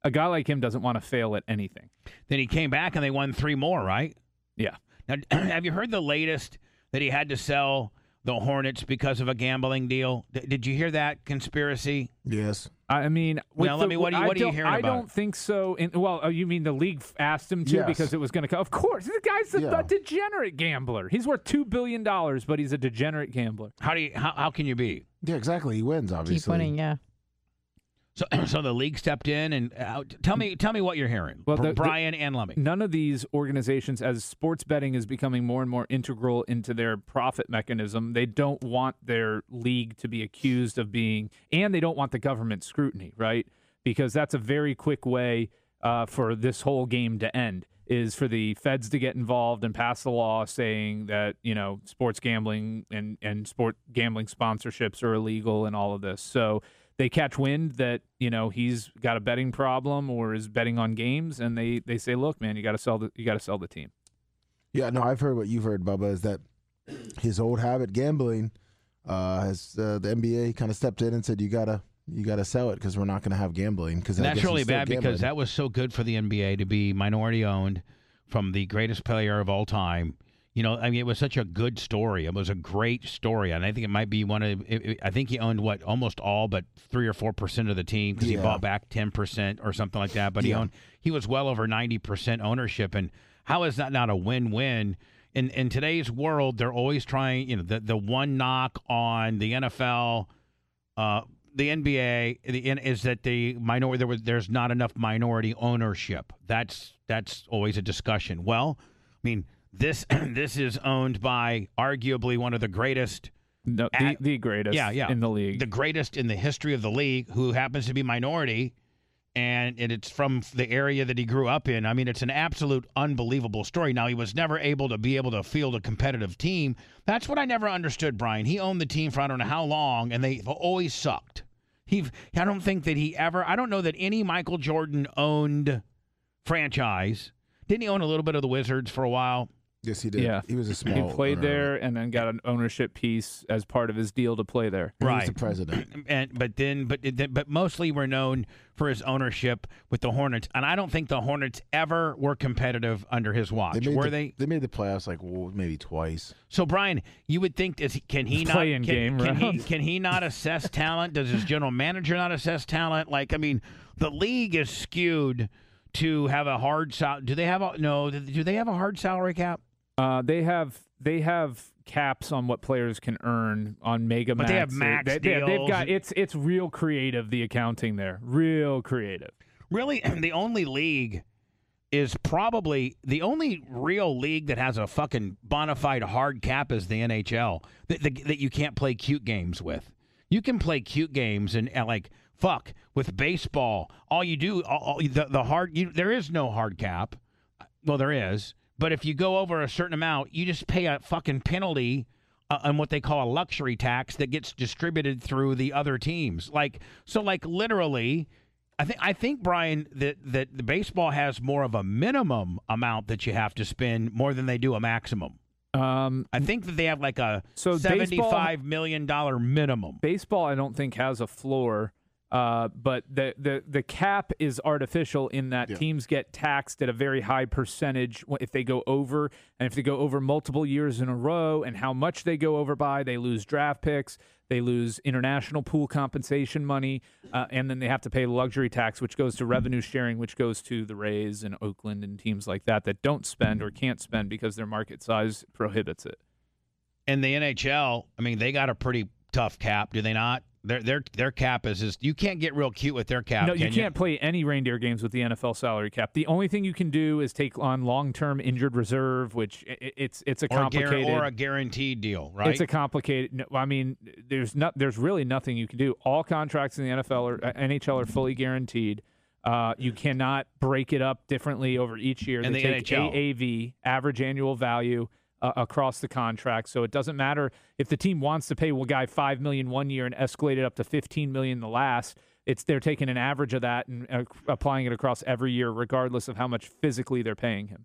Speaker 3: A guy like him doesn't want to fail at anything.
Speaker 1: Then he came back and they won three more, right?
Speaker 3: Yeah.
Speaker 1: Now, have you heard the latest that he had to sell the Hornets because of a gambling deal? D- did you hear that conspiracy?
Speaker 5: Yes.
Speaker 3: I I mean, with
Speaker 1: Now, let
Speaker 3: the-
Speaker 1: me- what do you-
Speaker 3: I
Speaker 1: what are you
Speaker 3: don't-
Speaker 1: hearing
Speaker 3: I
Speaker 1: about
Speaker 3: don't
Speaker 1: it?
Speaker 3: think so. In, well, oh, you mean the league f- asked him to
Speaker 5: Yes.
Speaker 3: because it was going to come? Of course, the guy's a,
Speaker 5: Yeah.
Speaker 3: a degenerate gambler. He's worth two billion dollars, but he's a degenerate gambler.
Speaker 1: How do you how, how can you be?
Speaker 5: Yeah, exactly. He wins, obviously.
Speaker 4: Keep winning, yeah.
Speaker 1: So so the league stepped in and out. tell me tell me what you're hearing.
Speaker 3: Well,
Speaker 1: Br-
Speaker 3: the- the-
Speaker 1: Brian and Lummy.
Speaker 3: None of these organizations, as sports betting is becoming more and more integral into their profit mechanism, they don't want their league to be accused of being, and they don't want the government scrutiny, right? Because that's a very quick way uh, for this whole game to end is for the feds to get involved and pass the law saying that you know sports gambling and and sport gambling sponsorships are illegal and all of this. So they catch wind that you know he's got a betting problem or is betting on games, and they they say, look, man, you got to sell the you got to sell the team.
Speaker 5: Yeah, no, I've heard what you've heard, Bubba, is that his old habit gambling uh, has uh, the NBA kind of stepped in and said you gotta you gotta sell it because we're not gonna have gambling because
Speaker 1: And that's really bad because that was so good for the NBA to be minority owned from the greatest player of all time. You know, I mean, it was such a good story. It was a great story, and I think it might be one of. it- it- I think he owned what almost all, but three or four percent of the team because he
Speaker 5: Yeah.
Speaker 1: bought back ten percent or something like that. But he
Speaker 5: Yeah.
Speaker 1: owned. He was well over ninety percent ownership, and how is that not a win-win? In in today's world, they're always trying. You know, the the one knock on the NFL uh, the NBA the, in- is that the minority there was there's not enough minority ownership. That's that's always a discussion. Well, I mean This this is owned by arguably one of the greatest,
Speaker 3: No, the,
Speaker 1: At-
Speaker 3: the greatest
Speaker 1: Yeah, yeah.
Speaker 3: in the league.
Speaker 1: the greatest in the history of the league, who happens to be minority, and it- it's from the area that he grew up in. I mean, it's an absolute unbelievable story. Now he was never able to be able to field a competitive team. That's what I never understood, Brian. He owned the team for I don't know how long, and they've always sucked. He, I don't think that he ever. I don't know that any Michael Jordan owned franchise. Didn't he own a little bit of the Wizards for a while?
Speaker 5: Yes, he did.
Speaker 3: Yeah.
Speaker 5: He was a
Speaker 3: he
Speaker 5: small.
Speaker 3: played
Speaker 5: owner of it.
Speaker 3: there and then got an ownership piece as part of his deal to play there.
Speaker 5: He was
Speaker 1: Right.
Speaker 5: the president.
Speaker 1: and but then but it- but mostly we're known for his ownership with the Hornets, and I don't think the Hornets ever were competitive under his
Speaker 5: They
Speaker 1: watch,
Speaker 5: made
Speaker 1: were
Speaker 5: the,
Speaker 1: they?
Speaker 5: They made the playoffs like well, maybe twice.
Speaker 1: So Brian, you would think does he, can he
Speaker 3: The
Speaker 1: not
Speaker 3: play-in
Speaker 1: can,
Speaker 3: game
Speaker 1: can he
Speaker 3: round.
Speaker 1: can he not assess talent? Does his general manager not assess talent? Like I mean, the league is skewed to have a hard sal. Do they have a no? Do they have a hard salary cap?
Speaker 3: Uh, they have they have caps on what players can earn on Mega
Speaker 1: But
Speaker 3: Max.
Speaker 1: they have max
Speaker 3: they, they,
Speaker 1: deals.
Speaker 3: They've got it's it's real creative the accounting there, real creative.
Speaker 1: really the only league is probably the only real league that has a fucking bona fide hard cap is the NHL that, that, that you can't play cute games with. You can play cute games and, and like fuck with baseball. All you do, all, all- the the hard you there is no hard cap. Well, there is, but if you go over a certain amount, you just pay a fucking penalty uh, on what they call a luxury tax that gets distributed through the other teams. Like so, like literally, I think I think Brian that that the baseball has more of a minimum amount that you have to spend more than they do a maximum.
Speaker 3: Um,
Speaker 1: I think that they have like a
Speaker 3: So
Speaker 1: seventy-five million dollar minimum.
Speaker 3: baseball, I don't think has a floor. Uh, but the, the the cap is artificial in that
Speaker 5: Yeah.
Speaker 3: teams get taxed at a very high percentage wh- if they go over, and if they go over multiple years in a row, and how much they go over by, they lose draft picks, they lose international pool compensation money, uh, and then they have to pay luxury tax, which goes to revenue sharing, which goes to the Rays and Oakland and teams like that that don't spend or can't spend because their market size prohibits it.
Speaker 1: And the NHL, I mean, they got a pretty tough cap, do they not? Their their their cap is is you can't get real cute with their cap.
Speaker 3: No, you
Speaker 1: can
Speaker 3: can't play any reindeer games with the NFL salary cap. The only thing you can do is take on long-term injured reserve, which i- i- it's it's a
Speaker 1: Or, guar-
Speaker 3: complicated.
Speaker 1: or a guaranteed deal, right?
Speaker 3: It's a complicated. no, I mean, there's not there's really nothing you can do. All contracts in the NFL or uh, NHL are fully guaranteed. Uh, you cannot break it up differently over each year.
Speaker 1: And
Speaker 3: they
Speaker 1: the
Speaker 3: take
Speaker 1: NHL.
Speaker 3: AAV, average annual value, uh, across the contract. So it doesn't matter if the team wants to pay one guy five million one year and escalate it up to fifteen million the last. It's they're taking an average of that and uh, applying it across every year, regardless of how much physically they're paying him.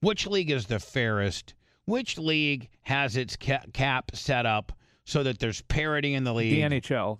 Speaker 1: Which league is the fairest? Which league has its ca- cap set up so that there's parity in the league?
Speaker 3: The NHL,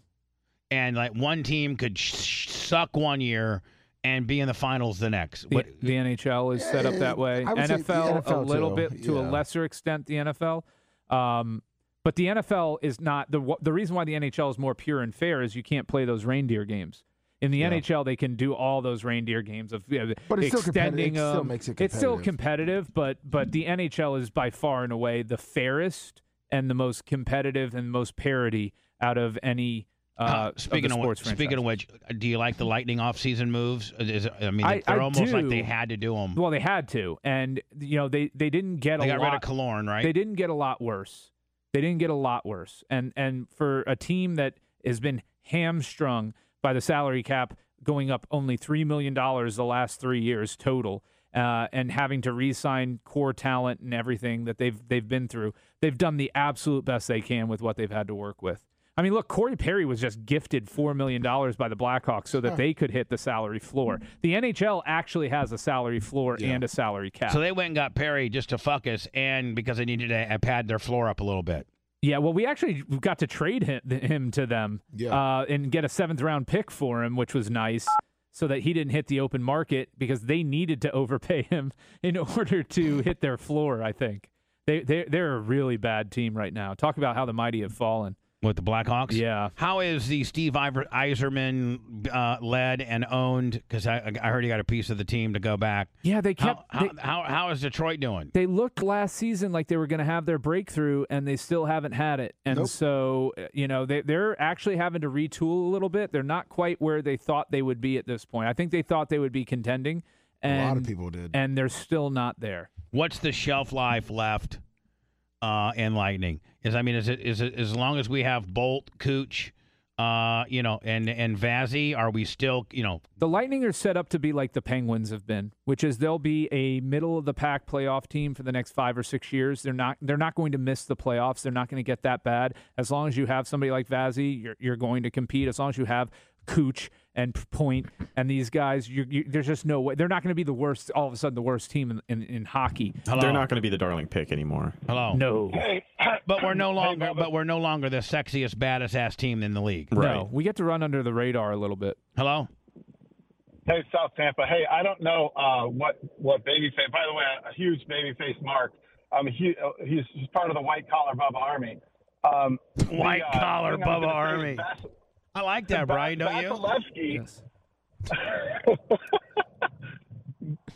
Speaker 1: and like one team could sh- sh- suck one year and be in the finals the next.
Speaker 3: The-
Speaker 1: What,
Speaker 3: the NHL is set up
Speaker 5: Eh,
Speaker 3: that way.
Speaker 5: I would say the
Speaker 3: NFL, a
Speaker 5: NFL
Speaker 3: little
Speaker 5: too,
Speaker 3: bit to a
Speaker 5: yeah.
Speaker 3: lesser extent the NFL. Um, but the NFL is not the wh- the reason why the NHL is more pure and fair is you can't play those reindeer games. In the NHL, they can do all those reindeer games of you know,
Speaker 5: But it's still competitive.
Speaker 3: extending
Speaker 5: It still
Speaker 3: them.
Speaker 5: makes it
Speaker 3: It's still
Speaker 5: competitive.
Speaker 3: competitive, but but the NHL is by far and away the fairest and the most competitive and most parity out of any uh,
Speaker 1: Uh,
Speaker 3: of the
Speaker 1: speaking of,
Speaker 3: sports
Speaker 1: which, speaking of
Speaker 3: franchises.
Speaker 1: which, do you like the Lightning off-season moves? Uh, Is, I mean,
Speaker 3: I-
Speaker 1: they're
Speaker 3: I
Speaker 1: almost like
Speaker 3: do.
Speaker 1: they had to do them.
Speaker 3: well, they had to, and you know they they didn't get
Speaker 1: they
Speaker 3: a
Speaker 1: got
Speaker 3: lot
Speaker 1: rid of Kalorn, right?
Speaker 3: They didn't get a lot worse. They didn't get a lot worse. And and for a team that has been hamstrung by the salary cap going up only three million dollars the last three years total, uh, and having to re-sign core talent and everything that they've they've been through, they've done the absolute best they can with what they've had to work with. I mean, look, Corey Perry was just gifted four million dollars by the Blackhawks so that they could hit the salary floor. The NHL actually has a salary floor and a salary cap.
Speaker 1: so they went and got Perry just to fuck us, and because they needed to pad their floor up a little bit.
Speaker 3: Yeah, well, we actually got to trade him, him to them
Speaker 5: Yeah.
Speaker 3: uh, and get a seventh round pick for him, which was nice, so that he didn't hit the open market because they needed to overpay him in order to hit their floor. I think they they they're a really bad team right now. Talk about how the mighty have fallen.
Speaker 1: With the Blackhawks?
Speaker 3: Yeah.
Speaker 1: How is the Steve Iver- Eiserman uh, led and owned? Because I, I heard he got a piece of the team to go back.
Speaker 3: Yeah, they kept
Speaker 1: How, how,
Speaker 3: they,
Speaker 1: how, how is Detroit doing?
Speaker 3: they looked last season like they were going to have their breakthrough and they still haven't had it and
Speaker 5: Nope.
Speaker 3: so uh, you know they, they're actually having to retool a little bit they're not quite where they thought they would be at this point i think they thought they would be contending
Speaker 5: a
Speaker 3: and
Speaker 5: lot of people did.
Speaker 3: and they're still not there
Speaker 1: what's the shelf life left uh, in Lightning? Is I mean, is it is it as long as we have Bolt, Cooch, uh, you know, and and Vazzy, are we still you know
Speaker 3: The Lightning are set up to be like the Penguins have been, which is they'll be a middle of the pack playoff team for the next five or six years. They're not they're not going to miss the playoffs. They're not going to get that bad. As long as you have somebody like Vazzy, you're you're going to compete. As long as you have Cooch and P- Point and these guys, you, you, there's just no way they're not going to be the worst. All of a sudden, the worst team in in, in hockey.
Speaker 1: hello
Speaker 7: They're not going to be the darling pick anymore.
Speaker 1: hello
Speaker 3: No,
Speaker 1: But we're no longer but we're no longer the sexiest baddest ass team in the league.
Speaker 3: no, we get to run under the radar a little bit.
Speaker 1: Hello.
Speaker 9: Hey, South Tampa. Hey, I don't know uh, what what babyface. By the way, a huge babyface Mark. Um, he, uh, he's, he's part of the white collar Bubba Army. Um, the,
Speaker 1: White collar
Speaker 9: thing I
Speaker 1: Bubba
Speaker 9: was gonna say
Speaker 1: Army.
Speaker 9: is Vas-
Speaker 1: I like that, Brian. Don't you?
Speaker 9: Vasilevsky,
Speaker 3: Yes.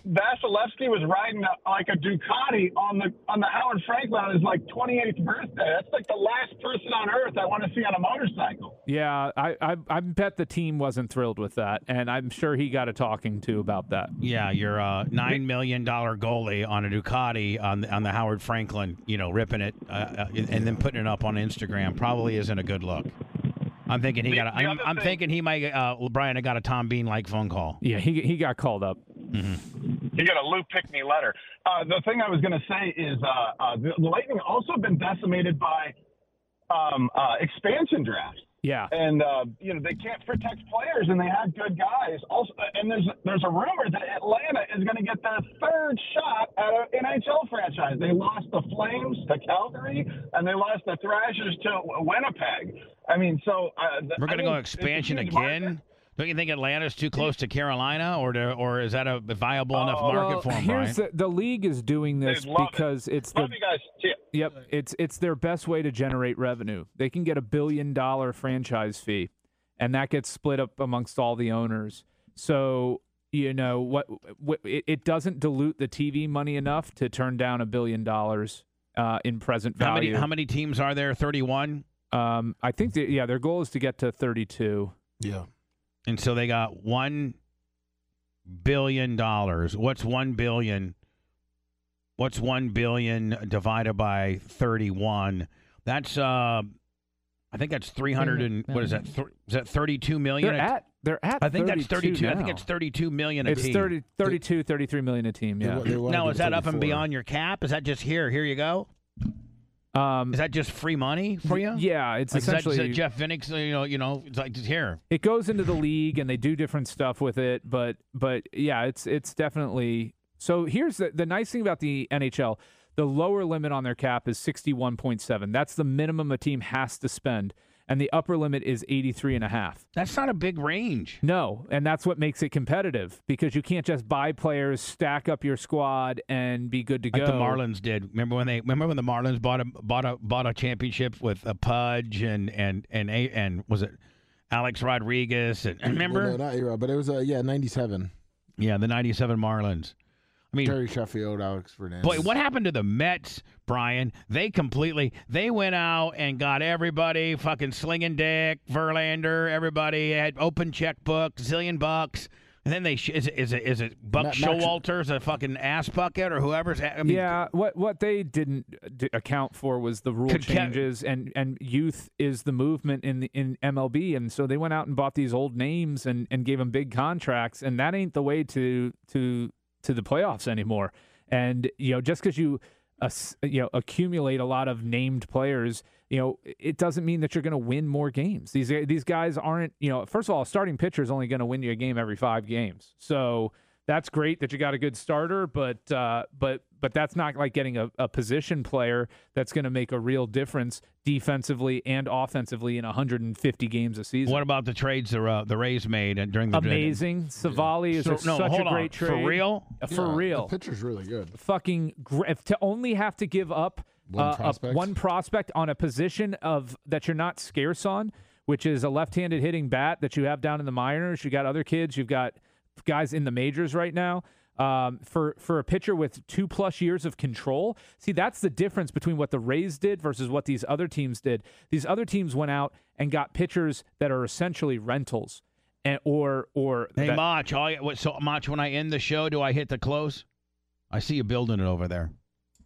Speaker 9: Vasilevsky was riding a, like a Ducati on the on the Howard Franklin on his like 28th birthday. That's like the last person on earth I want to see on a motorcycle.
Speaker 3: Yeah, I, I I bet the team wasn't thrilled with that, and I'm sure he got a talking to about that.
Speaker 1: Yeah, you're a nine million dollar goalie on a Ducati on the, on the Howard Franklin, you know, ripping it uh, uh, and and then putting it up on Instagram probably isn't a good look. I'm thinking he got. A,
Speaker 9: the
Speaker 1: I'm,
Speaker 9: other
Speaker 1: I'm
Speaker 9: thing-
Speaker 1: thinking he might. Uh, Brian, I got a Tom Bean like phone call.
Speaker 3: Yeah, he he got called up.
Speaker 9: You got a Lou Pickney letter. Uh, the thing I was going to say is uh, uh, the, the Lightning also been decimated by um, uh, expansion drafts.
Speaker 3: Yeah,
Speaker 9: and uh, you know they can't protect players, and they have good guys. Also, uh, and there's there's a rumor that Atlanta is going to get their third shot at an NHL franchise. They lost the Flames to Calgary, and they lost the Thrashers to Winnipeg. I mean, so uh, the-
Speaker 1: We're
Speaker 9: I
Speaker 1: gonna
Speaker 9: think
Speaker 1: go
Speaker 9: it's a
Speaker 1: expansion
Speaker 9: huge
Speaker 1: again.
Speaker 9: market.
Speaker 1: Don't you think Atlanta's too close to Carolina, or to, or is that a viable enough
Speaker 9: Oh,
Speaker 1: market
Speaker 3: well,
Speaker 1: for him, Brian?
Speaker 3: here's the, the league is doing this
Speaker 9: They'd love it.
Speaker 3: because it's the
Speaker 9: Love you guys. See ya.
Speaker 3: yep it's it's their best way to generate revenue. They can get a billion dollar franchise fee, and that gets split up amongst all the owners. So you know what, what it, it doesn't dilute the TV money enough to turn down a billion dollars uh, in present
Speaker 1: how
Speaker 3: value.
Speaker 1: many how many teams are there? Thirty one,
Speaker 3: Um, I think that yeah, their goal is to get to 32.
Speaker 5: Yeah.
Speaker 1: and so they got one billion dollars. What's one billion? What's one billion divided by thirty one? That's uh, I think that's three hundred and what is that? Th- is that thirty two million?
Speaker 3: They're at they're at.
Speaker 1: I think that's thirty two. I think
Speaker 3: now.
Speaker 1: it's thirty two million a
Speaker 3: It's
Speaker 1: team.
Speaker 3: 30, 32, 33 million a team.
Speaker 5: They
Speaker 3: Yeah.
Speaker 5: wa- they wanna
Speaker 1: Now
Speaker 5: do
Speaker 1: is that up and
Speaker 5: 34.
Speaker 1: beyond your cap? Is that just here? Here you go.
Speaker 3: Um,
Speaker 1: Is that just free money for you?
Speaker 3: yeah, it's
Speaker 1: Like, is that- is that
Speaker 3: essentially
Speaker 1: Jeff Vinnick's, you know, you know, it's like just here.
Speaker 3: it goes into the league and they do different stuff with it, but but yeah, it's it's definitely so. Here's the the nice thing about the NHL: the lower limit on their cap is 61.7. That's the minimum a team has to spend, and the upper limit is 83 and a half.
Speaker 1: That's not a big range.
Speaker 3: No, and that's what makes it competitive because you can't just buy players, stack up your squad, and be good to go.
Speaker 1: Like the Marlins did. Remember when they? Remember when the Marlins bought a bought a bought a championship with a Pudge and and and a and was it Alex Rodriguez? And, and
Speaker 5: Well,
Speaker 1: remember?
Speaker 5: no, not era, but it was uh, yeah, '97.
Speaker 1: yeah, the '97 Marlins. I mean,
Speaker 5: Terry Sheffield, Alex Fernandez.
Speaker 1: Boy, what happened to the Mets, Brian? They completely they went out and got everybody fucking slinging dick, Verlander, everybody had open checkbook, zillion bucks. And then they sh- is it is it, is it Buck
Speaker 5: Matt- Max-
Speaker 1: Showalter's a fucking ass bucket or whoever's a- I mean,
Speaker 3: yeah, what what they didn't uh, d- account for was the rule
Speaker 1: Could ca-
Speaker 3: changes, and and youth is the movement in the, in MLB, and so they went out and bought these old names and and gave them big contracts, and that ain't the way to to to the playoffs anymore. And you know, just because you ass- you know accumulate a lot of named players, you know, it doesn't mean that you're going to win more games. These these guys aren't you know. First of all, a starting pitcher is only going to win you a game every five games, so that's great that you got a good starter, but uh, but but that's not like getting a, a position player that's going to make a real difference defensively and offensively in 150 games a season.
Speaker 1: What about the trades the uh, the Rays made and during the
Speaker 3: Amazing, Savali is
Speaker 1: So-
Speaker 3: a-
Speaker 1: no,
Speaker 3: such
Speaker 1: hold
Speaker 3: a great
Speaker 1: on.
Speaker 3: trade
Speaker 1: For real?
Speaker 3: Uh,
Speaker 5: Yeah,
Speaker 3: for real.
Speaker 5: The pitcher's really good.
Speaker 3: Fucking gr- if to only have to give up
Speaker 5: One
Speaker 3: uh, a-
Speaker 5: prospect?
Speaker 3: one prospect on a position of that you're not scarce on, which is a left-handed hitting bat that you have down in the minors. You got other kids. You've got guys in the majors right now. Um, for for a pitcher with two plus years of control, see that's the difference between what the Rays did versus what these other teams did. These other teams went out and got pitchers that are essentially rentals, and or or
Speaker 1: Hey,
Speaker 3: that-
Speaker 1: Mach, all you, what, so Mach, when I end the show, do I hit the close? I see you building it over there.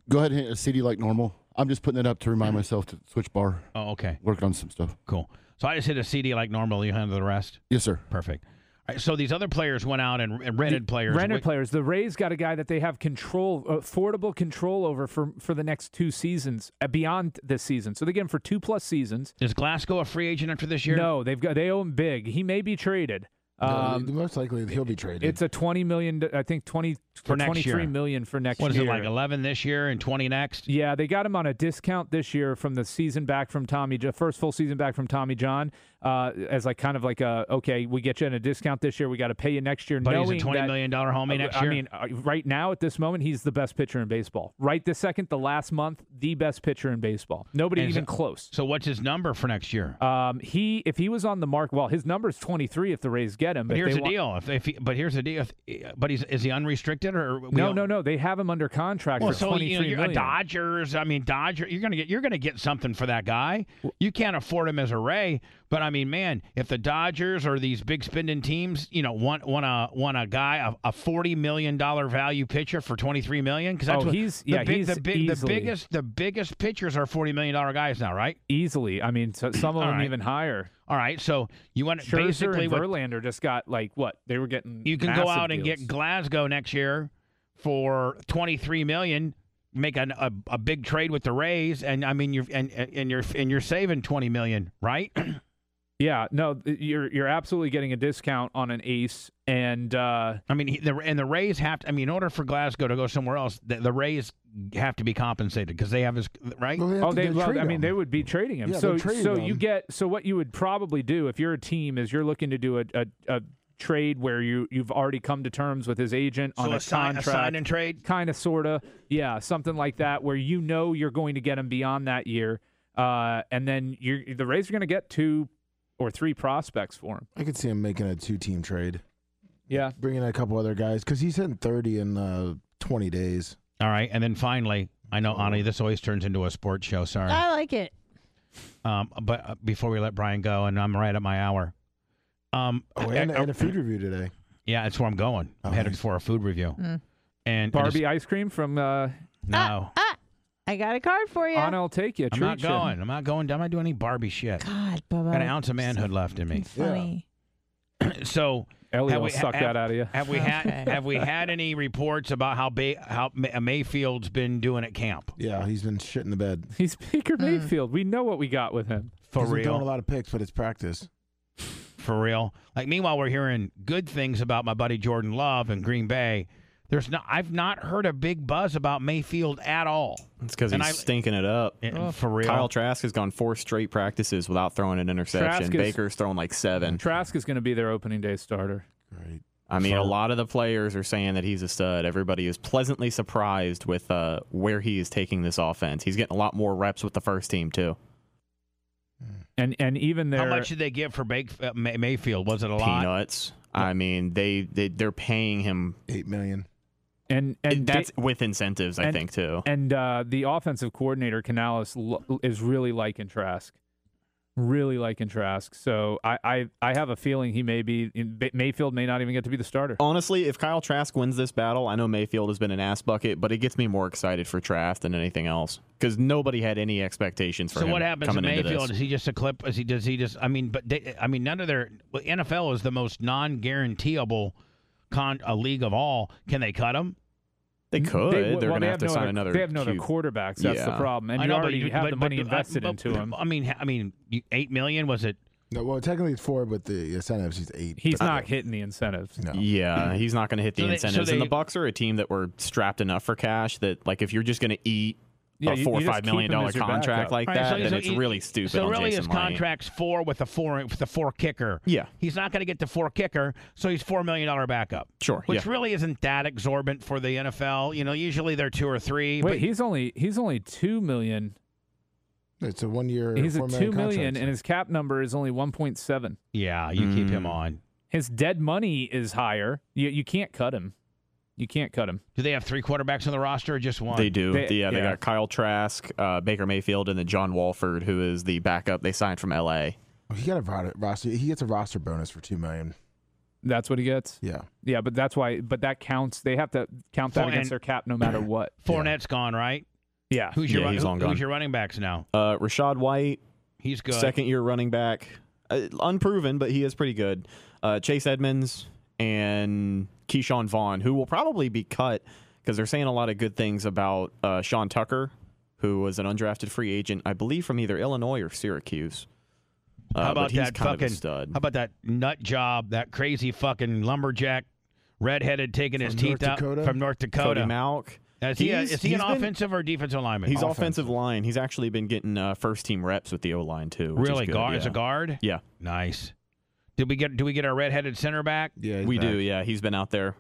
Speaker 12: Go ahead and hit a CD like normal. I'm just putting it up to remind myself to switch bar.
Speaker 1: Oh, okay.
Speaker 12: Working on some stuff.
Speaker 1: Cool. So I just hit a CD like normal. You handle the rest.
Speaker 12: Yes, sir.
Speaker 1: Perfect. All right, so these other players went out and, and rented players.
Speaker 3: Rented
Speaker 1: Wait-
Speaker 3: players. The Rays got a guy that they have control, uh, affordable control over for for the next two seasons, uh, beyond this season. So they get him for two plus seasons.
Speaker 1: Is Glasgow a free agent after this year?
Speaker 3: No, they've got they owe him big. He may be traded. Um,
Speaker 5: no, most likely he'll be traded.
Speaker 3: it's a twenty million. I think twenty
Speaker 1: For next
Speaker 3: twenty three
Speaker 1: year.
Speaker 3: million for next
Speaker 1: What is
Speaker 3: year.
Speaker 1: it like? Eleven this year and twenty next.
Speaker 3: Yeah, they got him on a discount this year from the season back from Tommy, Jo- first full season back from Tommy John, uh, as like kind of like a okay, we get you in a discount this year, we got to pay you next year.
Speaker 1: But he's a
Speaker 3: knowing
Speaker 1: twenty
Speaker 3: that-
Speaker 1: million dollar homie next year.
Speaker 3: I mean, uh, right now at this moment, he's the best pitcher in baseball. Right this second, the last month, the best pitcher in baseball. Nobody
Speaker 1: And
Speaker 3: even
Speaker 1: so-
Speaker 3: close.
Speaker 1: so what's his number for next year?
Speaker 3: Um, he if he was on the mark, well, his number's twenty three. If the Rays get him,
Speaker 1: But
Speaker 3: if
Speaker 1: here's
Speaker 3: they
Speaker 1: the
Speaker 3: want-
Speaker 1: deal. If, if he, but here's the deal. If- but he's is he unrestricted or we
Speaker 3: No,
Speaker 1: don't-
Speaker 3: no, no. They have him under contract
Speaker 1: Well,
Speaker 3: for
Speaker 1: so
Speaker 3: twenty
Speaker 1: you know,
Speaker 3: three
Speaker 1: you're a Dodgers. I mean, Dodger. You're gonna get you're gonna get something for that guy. You can't afford him as a Ray, but I mean, man, if the Dodgers or these big spending teams, you know, want want a want a guy a, a forty million dollar value pitcher for twenty three million because that's
Speaker 3: Oh,
Speaker 1: what
Speaker 3: he's-
Speaker 1: the
Speaker 3: yeah,
Speaker 1: big,
Speaker 3: he's
Speaker 1: the, big, the
Speaker 3: easily-
Speaker 1: biggest the biggest pitchers are forty million dollar guys now, right?
Speaker 3: easily. I mean, so, some of
Speaker 1: All
Speaker 3: them
Speaker 1: right.
Speaker 3: even higher.
Speaker 1: All right, so you want
Speaker 3: Scherzer
Speaker 1: basically
Speaker 3: and
Speaker 1: what
Speaker 3: Verlander just got like what they were getting.
Speaker 1: you can go
Speaker 3: massive
Speaker 1: out and
Speaker 3: deals.
Speaker 1: get Glasgow next year for twenty three million. Make an, a a big trade with the Rays, and I mean you're and and you're and you're saving twenty million, right?
Speaker 3: Yeah, no, th- you're you're absolutely getting a discount on an ace, and uh,
Speaker 1: I mean, he- the and the Rays have to. I mean, in order for Glasgow to go somewhere else, the, the Rays have to be compensated because they have his right.
Speaker 5: Well, have
Speaker 3: oh,
Speaker 5: to
Speaker 3: they,
Speaker 5: go
Speaker 3: well,
Speaker 5: trade
Speaker 3: I mean,
Speaker 5: him.
Speaker 3: they would be trading him.
Speaker 5: Yeah,
Speaker 3: so
Speaker 5: they're trading
Speaker 3: so you
Speaker 5: him.
Speaker 3: get so what you would probably do if you're a team is you're looking to do a a, a trade where you you've already come to terms with his agent on
Speaker 1: So
Speaker 3: a,
Speaker 1: a sign, a
Speaker 3: contract.
Speaker 1: sign and trade.
Speaker 3: kind of sort of yeah something like that where you know you're going to get him beyond that year uh, and then you're the rays are going to get two or three prospects for him
Speaker 5: I could see him making a two-team trade,
Speaker 3: yeah
Speaker 5: bringing in a couple other guys because he's hitting thirty in uh, twenty days.
Speaker 1: All right, and then finally, I know Ani, this always turns into a sports show. Sorry.
Speaker 4: I like it.
Speaker 1: Um, but uh, before we let Brian go, and I'm right at my hour. Um,
Speaker 5: Oh, and, and a food review today.
Speaker 1: yeah, that's where I'm going. I'm
Speaker 5: Oh,
Speaker 1: headed
Speaker 5: nice.
Speaker 1: for a food review.
Speaker 4: Mm.
Speaker 1: And I just-
Speaker 3: barbie ice cream from uh,
Speaker 1: no,
Speaker 4: Ah, I got a card for you.
Speaker 3: anna will take you
Speaker 1: I'm
Speaker 3: treat
Speaker 1: not
Speaker 3: you.
Speaker 1: going. I'm not going. I'm not doing any Barbie shit.
Speaker 4: God, Bubba.
Speaker 1: Got an ounce of manhood left in me.
Speaker 4: Fucking Funny.
Speaker 1: So
Speaker 3: ellie
Speaker 1: Have
Speaker 3: will
Speaker 1: we-
Speaker 3: suck
Speaker 1: have-
Speaker 3: that out of you
Speaker 1: have we had
Speaker 4: Okay.
Speaker 1: have we had any reports about how Bay, how Ma- uh, Mayfield's been doing at camp
Speaker 5: Yeah, he's been shitting the bed.
Speaker 3: he's baker mayfield we know what we got with him
Speaker 1: for
Speaker 5: He's been
Speaker 1: real?
Speaker 5: throwing a lot of picks, but it's practice.
Speaker 1: for real. Like meanwhile, we're hearing good things about my buddy Jordan Love and Green Bay. There's not I've not heard a big buzz about Mayfield at all.
Speaker 7: It's because he's
Speaker 1: And I-
Speaker 7: stinking it up.
Speaker 1: Eh,
Speaker 4: Oh.
Speaker 1: for real.
Speaker 7: Kyle Trask has gone four straight practices without throwing an interception.
Speaker 3: Trask is-
Speaker 7: Baker's thrown like seven.
Speaker 3: trask is going to be their opening day starter
Speaker 5: Right.
Speaker 7: I mean, a lot of the players are saying that he's a stud. Everybody is pleasantly surprised with uh, where he is taking this offense. He's getting a lot more reps with the first team too.
Speaker 3: and and even their
Speaker 1: how much did they get for Bake, uh, May- Mayfield? Was it a lot?
Speaker 7: Peanuts. I mean, they, they they're paying him.
Speaker 5: Eight million.
Speaker 3: and and
Speaker 7: that's
Speaker 3: Da-
Speaker 7: with incentives, I
Speaker 3: and-
Speaker 7: think too.
Speaker 3: and uh, the offensive coordinator Canales lo- is really liking Trask, really liking Trask. So I, I, I have a feeling he may be Mayfield may not even get to be the starter.
Speaker 7: Honestly, if Kyle Trask wins this battle, I know Mayfield has been an ass bucket, but it gets me more excited for Trask than anything else because nobody had any expectations for
Speaker 1: So
Speaker 7: him.
Speaker 1: what happens to
Speaker 7: coming into
Speaker 1: Mayfield?
Speaker 7: this.
Speaker 1: Is he just a clip? Is he does he just? I mean, but they, I mean, none of their well, NFL is the most non-guaranteeable con a league of all. Can they cut him?
Speaker 7: They could.
Speaker 3: They,
Speaker 7: They,
Speaker 3: well,
Speaker 7: are going
Speaker 3: they
Speaker 7: to have to
Speaker 3: no
Speaker 7: sign
Speaker 3: other,
Speaker 7: another.
Speaker 3: They have no other
Speaker 7: Q-
Speaker 3: quarterbacks. That's the
Speaker 7: Yeah.
Speaker 3: problem, and
Speaker 1: I
Speaker 3: you
Speaker 1: know, but
Speaker 3: already
Speaker 1: you-
Speaker 3: have
Speaker 1: but-
Speaker 3: the
Speaker 1: but-
Speaker 3: money
Speaker 1: but-
Speaker 3: invested
Speaker 1: but-
Speaker 3: into him.
Speaker 1: I mean, I mean, you- eight million was it?
Speaker 5: No, well, technically it's four, but the incentives he's eight.
Speaker 3: He's
Speaker 7: Uh,
Speaker 5: but-
Speaker 3: not hitting the incentives.
Speaker 5: No.
Speaker 7: Yeah, he's not going to hit the
Speaker 1: So they- so
Speaker 7: incentives. and
Speaker 1: they-
Speaker 7: the Bucks are a team that were strapped enough for cash that, like, if you're just going to eat
Speaker 3: Yeah,
Speaker 7: a
Speaker 3: you-
Speaker 7: four
Speaker 3: you
Speaker 7: or
Speaker 3: just
Speaker 7: five
Speaker 3: keep
Speaker 7: million
Speaker 3: him
Speaker 7: dollar
Speaker 3: as your backup.
Speaker 7: contract like
Speaker 1: All
Speaker 7: that,
Speaker 1: right, so-
Speaker 7: then
Speaker 1: so
Speaker 7: it's
Speaker 1: he-
Speaker 7: really stupid.
Speaker 1: So
Speaker 7: on
Speaker 1: really,
Speaker 7: Jason
Speaker 1: his
Speaker 7: Light.
Speaker 1: contract's four with a four with a four kicker.
Speaker 7: Yeah.
Speaker 1: he's not going to get the four kicker, so he's four million dollar backup.
Speaker 7: Sure,
Speaker 1: which
Speaker 7: yeah.
Speaker 1: really isn't that exorbitant for the NFL. You know, usually they're two or three.
Speaker 3: Wait,
Speaker 1: but
Speaker 3: he's only he's only two million.
Speaker 5: It's a one-year.
Speaker 3: He's a
Speaker 5: $4
Speaker 3: two million,
Speaker 5: contract.
Speaker 3: and his cap number is only one point seven.
Speaker 1: yeah, you keep him
Speaker 7: Mm.
Speaker 1: on.
Speaker 3: His dead money is higher. You you can't cut him. You can't cut him.
Speaker 1: Do they have three quarterbacks on the roster or just one?
Speaker 7: They do.
Speaker 3: They-
Speaker 7: yeah, they
Speaker 3: yeah.
Speaker 7: got Kyle Trask, uh, Baker Mayfield, and then John Walford, who is the backup they signed from LA.
Speaker 5: Oh, He got a ro- roster. He gets a roster bonus for two million.
Speaker 3: That's what he gets.
Speaker 5: Yeah.
Speaker 3: Yeah, but that's why. But that counts. They have to count that
Speaker 1: Well,
Speaker 3: against
Speaker 1: and-
Speaker 3: their cap no matter what.
Speaker 1: Fournette's gone, right?
Speaker 3: Yeah.
Speaker 1: Who's your
Speaker 7: Yeah,
Speaker 1: run-
Speaker 7: he's
Speaker 1: who-
Speaker 7: long
Speaker 1: who's
Speaker 7: gone.
Speaker 1: your running backs now?
Speaker 7: Uh, Rashad White,
Speaker 1: He's good.
Speaker 7: second year running back, uh, unproven, but he is pretty good. Uh, Chase Edmonds and Keyshawn Vaughn, who will probably be cut because they're saying a lot of good things about uh, Sean Tucker, who was an undrafted free agent, I believe, from either Illinois or Syracuse. Uh,
Speaker 1: How
Speaker 7: but
Speaker 1: about
Speaker 7: he's
Speaker 1: that
Speaker 7: kind
Speaker 1: fucking?
Speaker 7: of a stud?
Speaker 1: How about that nut job? That crazy fucking lumberjack, redheaded, taking his
Speaker 5: From
Speaker 1: teeth
Speaker 5: North
Speaker 1: out
Speaker 5: Dakota?
Speaker 1: from North
Speaker 7: Cody
Speaker 1: Dakota.
Speaker 7: Malk.
Speaker 1: Is he, a-
Speaker 7: He's-
Speaker 1: is he an
Speaker 7: he's been-
Speaker 1: offensive or defensive lineman?
Speaker 7: He's offensive line. He's actually been getting uh, first team reps with the O line too. which is
Speaker 1: really
Speaker 7: good,
Speaker 1: guard
Speaker 7: Yeah.
Speaker 1: as a guard.
Speaker 7: Yeah,
Speaker 1: Nice. Did we get? Do we get our redheaded center back?
Speaker 5: Yeah, he's
Speaker 7: we
Speaker 5: back.
Speaker 7: do. Yeah, he's been out there.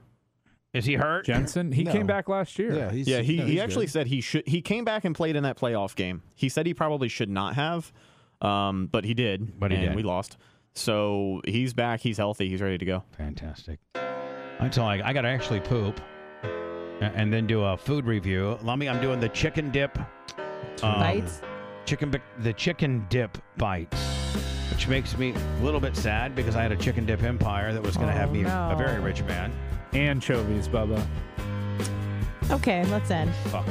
Speaker 1: Is he hurt?
Speaker 3: Jensen, he
Speaker 5: No.
Speaker 3: came back last year.
Speaker 5: Yeah, he's,
Speaker 7: yeah, he,
Speaker 5: no,
Speaker 7: he
Speaker 5: he's
Speaker 7: actually
Speaker 5: good.
Speaker 7: said he should. He came back and played in that playoff game. He said he probably should not have, um, but he did.
Speaker 1: But he
Speaker 7: and
Speaker 1: did.
Speaker 7: We lost. So he's back. He's healthy. He's ready to go.
Speaker 1: Fantastic. That's all I, I got to actually poop a- and then do a food review. Lummy, I'm doing the chicken dip. um,
Speaker 4: Bites.
Speaker 1: Chicken, bi- the chicken dip bites, which makes me a little bit sad because I had a chicken dip empire that was going to have
Speaker 4: Oh,
Speaker 1: me a
Speaker 4: no.
Speaker 1: very rich man.
Speaker 3: Anchovies, Bubba.
Speaker 4: Okay, let's end.
Speaker 1: Fuck.